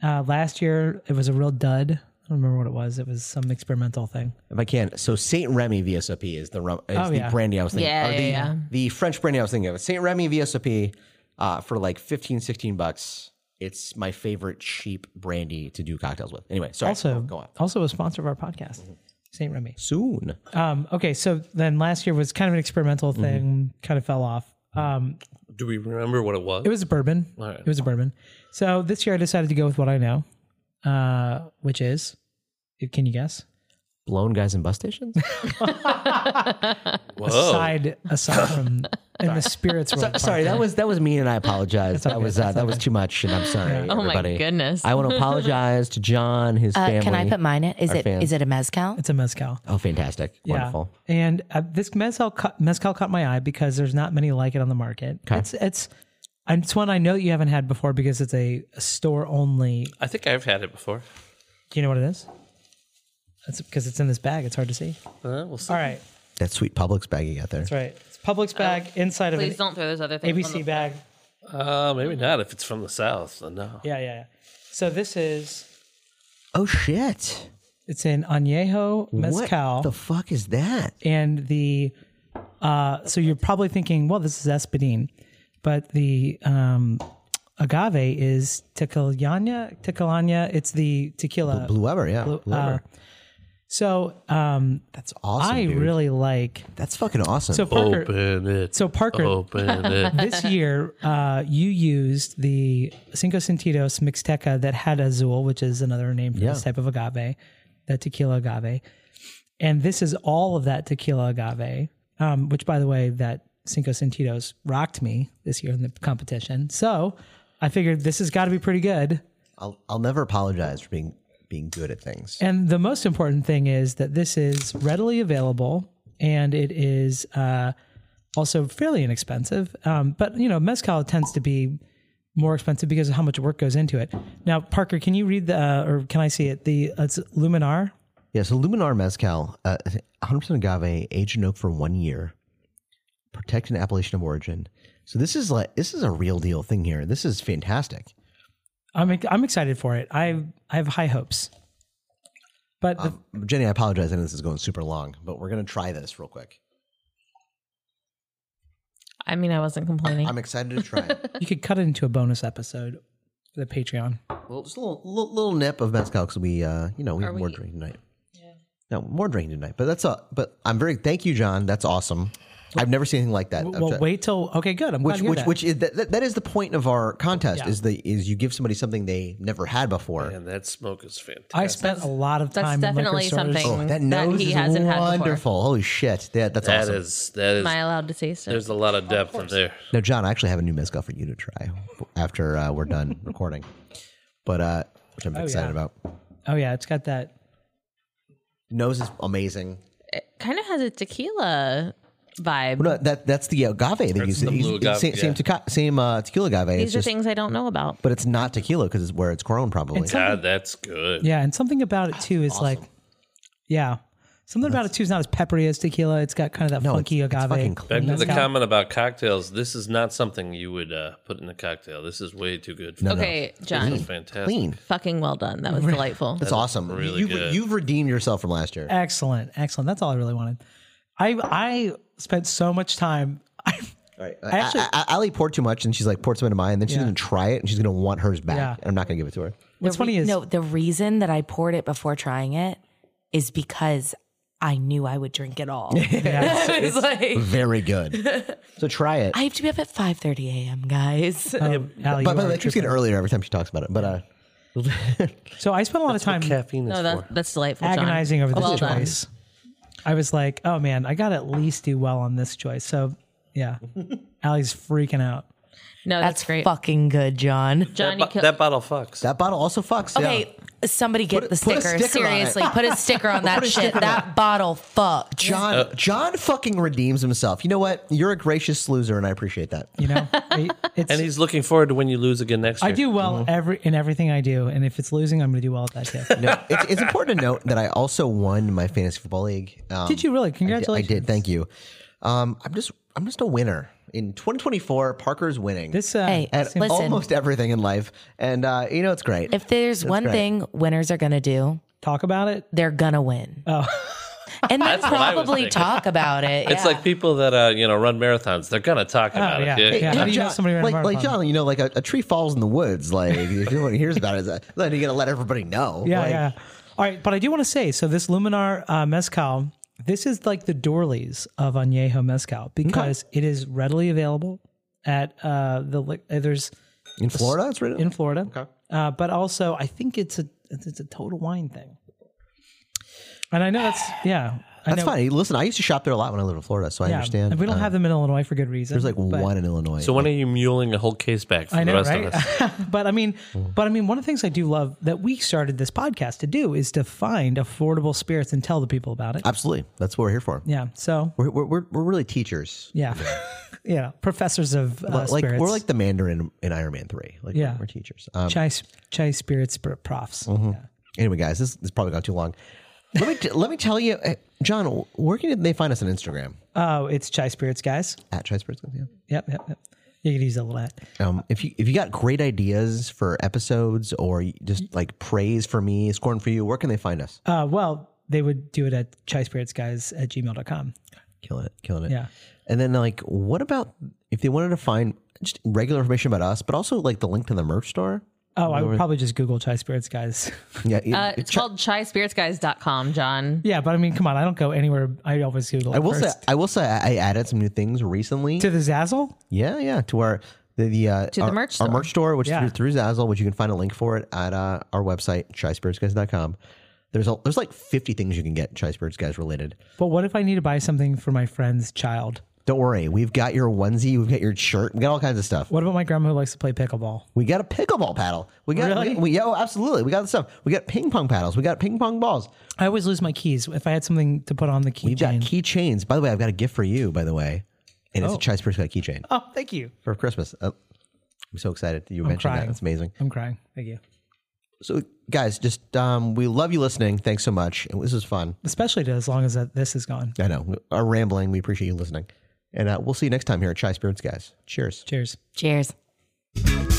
Speaker 3: Uh, last year it was a real dud. I don't remember what it was. It was some experimental thing.
Speaker 1: If I can, so Saint Remy VSOP is the rum, is
Speaker 3: Oh,
Speaker 1: the
Speaker 3: yeah.
Speaker 1: brandy I was thinking.
Speaker 4: Yeah,
Speaker 1: or
Speaker 4: yeah,
Speaker 1: the,
Speaker 4: yeah.
Speaker 1: the French brandy I was thinking of. Saint Remy VSOP uh, for like 15, 16 bucks. It's my favorite cheap brandy to do cocktails with. Anyway, sorry. Oh,
Speaker 3: Also,
Speaker 1: go on.
Speaker 3: also a sponsor of our podcast, Saint Remy.
Speaker 1: Soon,
Speaker 3: Um, okay, so then last year was kind of an experimental thing, kind of fell off. Um,
Speaker 5: Do we remember what it was?
Speaker 3: It was a bourbon.
Speaker 5: All right.
Speaker 3: It was a bourbon. So this year I decided to go with what I know, uh, which is, can you guess?
Speaker 1: Blown guys in bus stations.
Speaker 5: Whoa.
Speaker 3: Aside,
Speaker 5: (laughs)
Speaker 3: aside from in the spirits
Speaker 1: (laughs)
Speaker 3: world.
Speaker 1: sorry, that was that was mean, and I apologize. That was uh, that was too much, and I'm sorry,
Speaker 4: Oh my
Speaker 1: everybody.
Speaker 4: goodness.
Speaker 1: I want to apologize to John, his
Speaker 6: Uh,
Speaker 1: family.
Speaker 6: can I put mine in? Is
Speaker 1: our
Speaker 6: it is
Speaker 1: fans.
Speaker 6: it a mezcal?
Speaker 3: It's a mezcal.
Speaker 1: oh, fantastic! Wonderful.
Speaker 3: Yeah. And uh, this mezcal ca- mezcal caught my eye because there's not many like it on the market. It's it's and it's one I know that you haven't had before because it's a, a store only.
Speaker 5: I think I've had it before.
Speaker 3: Do you know what it is? That's because it's in this bag. It's hard to see.
Speaker 5: Uh, we'll see.
Speaker 3: All right,
Speaker 1: That sweet Publix bag you got there.
Speaker 3: that's right. It's Publix bag inside of
Speaker 4: Please
Speaker 3: an
Speaker 4: don't throw those other things.
Speaker 3: ABC bag.
Speaker 5: Uh,
Speaker 4: Mm-hmm.
Speaker 5: maybe not if it's from the south. Then no.
Speaker 3: Yeah, yeah, yeah. So this is
Speaker 1: Oh shit!
Speaker 3: it's an añejo mezcal.
Speaker 1: What the fuck is that?
Speaker 3: and the uh, so you're probably thinking, well, this is espadine, but the um, agave is tequilana. Tequilana. It's the tequila.
Speaker 1: Blue Weber, yeah. Blue,
Speaker 3: uh,
Speaker 1: Weber.
Speaker 3: So um,
Speaker 1: That's awesome.
Speaker 3: I
Speaker 1: dude.
Speaker 3: really like
Speaker 1: That's fucking awesome.
Speaker 3: so Parker.
Speaker 5: Open
Speaker 1: (laughs)
Speaker 5: it.
Speaker 3: So Parker,
Speaker 5: Open it.
Speaker 3: this year uh, you used the Cinco Sentidos Mixteca that had Azul, which is another name for
Speaker 1: Yeah.
Speaker 3: this type of agave, that tequila agave. And this is all of that tequila agave, um, which, by the way, that Cinco Sentidos rocked me this year in the competition. So I figured this has got to be pretty good.
Speaker 1: I'll I'll never apologize for being being good at things.
Speaker 3: And the most important thing is that this is readily available and it is uh, also fairly inexpensive. Um, but, you know, Mezcal tends to be more expensive because of how much work goes into it. Now, Parker, can you read the, uh, or can I see it? The uh, it's Luminar.
Speaker 1: Yeah, so Luminar Mezcal, uh, 100% agave, aged in oak for one year, protected appellation of origin. So this is like this is a real deal thing here. This is fantastic.
Speaker 3: I'm, I'm excited for it. I, I have high hopes. But the,
Speaker 1: Um, Jenny, I apologize. I know this is going super long, but we're gonna try this real quick.
Speaker 4: I mean, I wasn't complaining.
Speaker 1: I'm excited to try it.
Speaker 3: you could cut it into a bonus episode for the Patreon.
Speaker 1: well, just a little, little, little nip of mezcal because we, uh, you know, we have more drinking tonight. No, more drinking tonight. But that's a. But I'm very. Thank you, John. That's awesome. I've never seen anything like that.
Speaker 3: Well, wait till, okay, good. I'm glad
Speaker 1: which
Speaker 3: to hear
Speaker 1: which
Speaker 3: that.
Speaker 1: which is that, that, that is the point of our contest
Speaker 3: Yeah.
Speaker 1: is the is you give somebody something they never had before.
Speaker 5: and that smoke is fantastic.
Speaker 3: I spent a lot of
Speaker 4: that's
Speaker 3: time in liquor
Speaker 4: definitely
Speaker 3: stores.
Speaker 4: something.
Speaker 1: Oh, that
Speaker 4: that
Speaker 1: nose
Speaker 4: he
Speaker 1: is
Speaker 4: hasn't had before.
Speaker 1: wonderful. Holy shit. Yeah, that's
Speaker 5: That
Speaker 1: awesome.
Speaker 5: is- that is.
Speaker 4: Am I allowed to taste it?
Speaker 5: there's a lot of depth in there.
Speaker 1: Now, John, I actually have a new mezcal for you to try after uh, we're
Speaker 3: (laughs)
Speaker 1: done recording, but uh, which I'm excited about.
Speaker 3: Oh, yeah. It's got that.
Speaker 1: Nose is amazing.
Speaker 4: It kind of has a tequila vibe.
Speaker 1: Well, no, that that's the agave that you
Speaker 5: the blue agave,
Speaker 1: same same,
Speaker 5: yeah.
Speaker 1: teca- same uh, tequila agave.
Speaker 4: These
Speaker 1: it's
Speaker 4: are
Speaker 1: just,
Speaker 4: things I don't know about.
Speaker 1: but it's not tequila because it's where it's grown probably. Oh,
Speaker 3: And
Speaker 5: God,
Speaker 3: something,
Speaker 5: that's good.
Speaker 3: yeah, and something about
Speaker 1: Ah,
Speaker 3: it too is like, yeah, something about it too is not as peppery as tequila. It's got kind of that
Speaker 1: no, it's,
Speaker 3: funky
Speaker 1: it's
Speaker 3: agave.
Speaker 1: fucking
Speaker 5: Back
Speaker 1: clean.
Speaker 5: to the
Speaker 3: Mezcal.
Speaker 5: comment about cocktails. This is not something you would uh, put in a cocktail. This is way too good. For
Speaker 4: okay, John.
Speaker 5: This is fantastic.
Speaker 1: clean.
Speaker 4: Fucking well done. That was delightful.
Speaker 1: That's awesome.
Speaker 5: really
Speaker 1: you've,
Speaker 5: good.
Speaker 1: you've redeemed yourself from last year.
Speaker 3: excellent, excellent. That's all I really wanted. I I spent so much time. (laughs) I,
Speaker 1: All right. Uh,
Speaker 3: I actually-
Speaker 1: I, I, Ali poured too much, and she's like poured some into mine, and then she's
Speaker 3: Yeah.
Speaker 1: gonna try it, and she's gonna want hers back,
Speaker 3: Yeah.
Speaker 1: and I'm not gonna give it to her.
Speaker 3: what's
Speaker 6: The re-
Speaker 3: funny is
Speaker 6: no, the reason that I poured it before trying it is because I knew I would drink it all.
Speaker 3: yeah,
Speaker 4: (laughs)
Speaker 6: it's like
Speaker 1: Very good. so try it.
Speaker 6: I have to be up at 5:30 a.m., guys.
Speaker 3: um, Allie,
Speaker 1: uh, But,
Speaker 3: you
Speaker 1: but
Speaker 3: are a
Speaker 1: it keeps
Speaker 3: trooper.
Speaker 1: getting earlier every time she talks about it. But uh,
Speaker 3: so I spent a lot of time
Speaker 5: Caffeine is
Speaker 4: No,
Speaker 5: for.
Speaker 4: that, that's delightful. John.
Speaker 3: agonizing over this
Speaker 4: well done.
Speaker 3: choice. I was like, oh man, I got to at least do well on this choice. So
Speaker 1: (laughs)
Speaker 3: yeah, Allie's freaking out.
Speaker 4: No, that's,
Speaker 6: That's
Speaker 4: great.
Speaker 6: fucking good, John.
Speaker 4: John, you
Speaker 5: Bo-
Speaker 4: killed.
Speaker 5: that bottle fucks.
Speaker 1: that bottle also fucks. yeah.
Speaker 6: Hey, somebody get
Speaker 1: Put a-
Speaker 6: the
Speaker 1: put a
Speaker 6: sticker.
Speaker 1: sticker on it.
Speaker 6: Seriously, put a sticker on that shit. That bottle fucked.
Speaker 1: John,
Speaker 5: Uh,
Speaker 1: John fucking redeems himself. You know what? You're a gracious loser, and I appreciate that. (laughs)
Speaker 3: You know, I- it's.
Speaker 5: and he's looking forward to when you lose again next year.
Speaker 3: I do well
Speaker 1: Mm-hmm.
Speaker 3: every in everything I do, and if it's losing, I'm going to do well at that
Speaker 1: (laughs)
Speaker 3: too.
Speaker 1: No, it's, it's important to note that I also won my fantasy football league. Um,
Speaker 3: Did you really?
Speaker 1: I did-
Speaker 3: Congratulations!
Speaker 1: I did. Thank you. Um, I'm just, I'm just a winner. In 2024, Parker's winning
Speaker 3: This uh,
Speaker 6: Hey,
Speaker 1: at
Speaker 6: listen.
Speaker 1: almost everything in life, and uh, you know it's great.
Speaker 6: If there's one
Speaker 1: great.
Speaker 6: thing winners are gonna do,
Speaker 3: talk about it.
Speaker 6: they're gonna win. Oh. and then
Speaker 5: what I was
Speaker 6: probably
Speaker 5: thinking.
Speaker 6: talk about it.
Speaker 5: It's
Speaker 6: yeah.
Speaker 5: like people that uh, you know run marathons. They're gonna talk about
Speaker 3: Oh, yeah.
Speaker 5: it.
Speaker 3: Yeah. How do you know somebody ran a
Speaker 1: like, like
Speaker 3: marathon?
Speaker 1: John, you know, like a, a tree falls in the woods. Like if no one hears about it, it's, uh, then you're gonna let everybody know.
Speaker 3: Yeah,
Speaker 1: Like,
Speaker 3: yeah. All right, but I do want to say so this Luminar uh, mezcal, this is like the Dorleys of añejo mezcal because it is readily available at uh, the li- uh, there's
Speaker 1: in Florida. It's written
Speaker 3: in Florida. Okay. Uh, but also, I think it's a it's a total wine thing. And I know that's yeah. I
Speaker 1: That's
Speaker 3: know,
Speaker 1: fine. Listen, I used to shop there a lot when I lived in Florida, so I
Speaker 3: Yeah.
Speaker 1: understand.
Speaker 3: And we don't
Speaker 1: Uh,
Speaker 3: have them in Illinois for good reason.
Speaker 1: there's like one in Illinois.
Speaker 5: So when are you muling a whole case back for
Speaker 3: I know,
Speaker 5: the rest
Speaker 3: right?
Speaker 5: of us?
Speaker 3: but I mean,
Speaker 1: Mm.
Speaker 3: but I mean, one of the things I do love that we started this podcast to do is to find affordable spirits and tell the people about it.
Speaker 1: Absolutely, that's what we're here for.
Speaker 3: yeah. So
Speaker 1: We're, we're we're we're really teachers.
Speaker 3: yeah, (laughs) yeah, professors of uh,
Speaker 1: Like
Speaker 3: spirits.
Speaker 1: we're like the Mandarin in Iron Man Three. Like
Speaker 3: Yeah.
Speaker 1: we're teachers. Um, Mm-hmm.
Speaker 3: chai chai spirits pr- profs. Yeah.
Speaker 1: anyway, guys, this this probably got too long. Let me t- let me tell you, uh, John. Where can they find us on Instagram
Speaker 3: Oh, it's chai spirits, guys.
Speaker 1: at Chai Spirits? Yeah.
Speaker 3: Yep, yep, yep. You could use that little at.
Speaker 1: Um, if you if you got great ideas for episodes or you- just like praise for me, scorn for you, where can they find us?
Speaker 3: Uh, well, they would do it at chispiritsguys at gmail.com.
Speaker 1: Killing it, killing it.
Speaker 3: Yeah.
Speaker 1: And then like, what about if they wanted to find just regular information about us, but also like the link to the merch store?
Speaker 3: Oh, I would probably just Google Chai Spirits Guys. (laughs)
Speaker 1: Yeah, it-
Speaker 4: Uh, it's
Speaker 1: chi-
Speaker 4: called chyspiritsguys.com, John.
Speaker 3: yeah, but I mean, come on, I don't go anywhere. I always Google it
Speaker 1: I will
Speaker 3: first.
Speaker 1: say, I will say, I I added some new things recently.
Speaker 3: to the Zazzle?
Speaker 1: yeah, yeah, to our the, the uh,
Speaker 4: the
Speaker 1: our,
Speaker 4: merch
Speaker 1: our
Speaker 4: store.
Speaker 1: merch store, which
Speaker 3: Yeah.
Speaker 1: is through, through Zazzle, which you can find a link for it at uh, our website, chyspiritsguys.com. There's a, there's like 50 things you can get Chai Spirits Guys related.
Speaker 3: But what if I need to buy something for my friend's child?
Speaker 1: Don't worry, we've got your onesie, we've got your shirt, we got all kinds of stuff.
Speaker 3: What about my grandma who likes to play pickleball?
Speaker 1: We got a pickleball paddle. We got
Speaker 3: Really?
Speaker 1: we, we, yeah, oh, absolutely. We got the stuff. We got ping pong paddles. We got ping pong balls.
Speaker 3: I always lose my keys if I had something to put on the
Speaker 1: We've got
Speaker 3: keychain.
Speaker 1: keychains. By the way, I've got a gift for you. By the way, and it's a Chai Spirits Guy keychain
Speaker 3: oh, thank you.
Speaker 1: for Christmas. Uh, I'm so excited that you mentioned that.
Speaker 3: crying.
Speaker 1: That's amazing.
Speaker 3: I'm crying. Thank you.
Speaker 1: So, guys, just um, we love you listening. Thanks so much. And this is fun.
Speaker 3: Especially to, as long as that, this is gone.
Speaker 1: I know our rambling. We appreciate you listening, and uh, we'll see you next time here at Chai Spirits, guys. Cheers.
Speaker 3: Cheers.
Speaker 6: Cheers.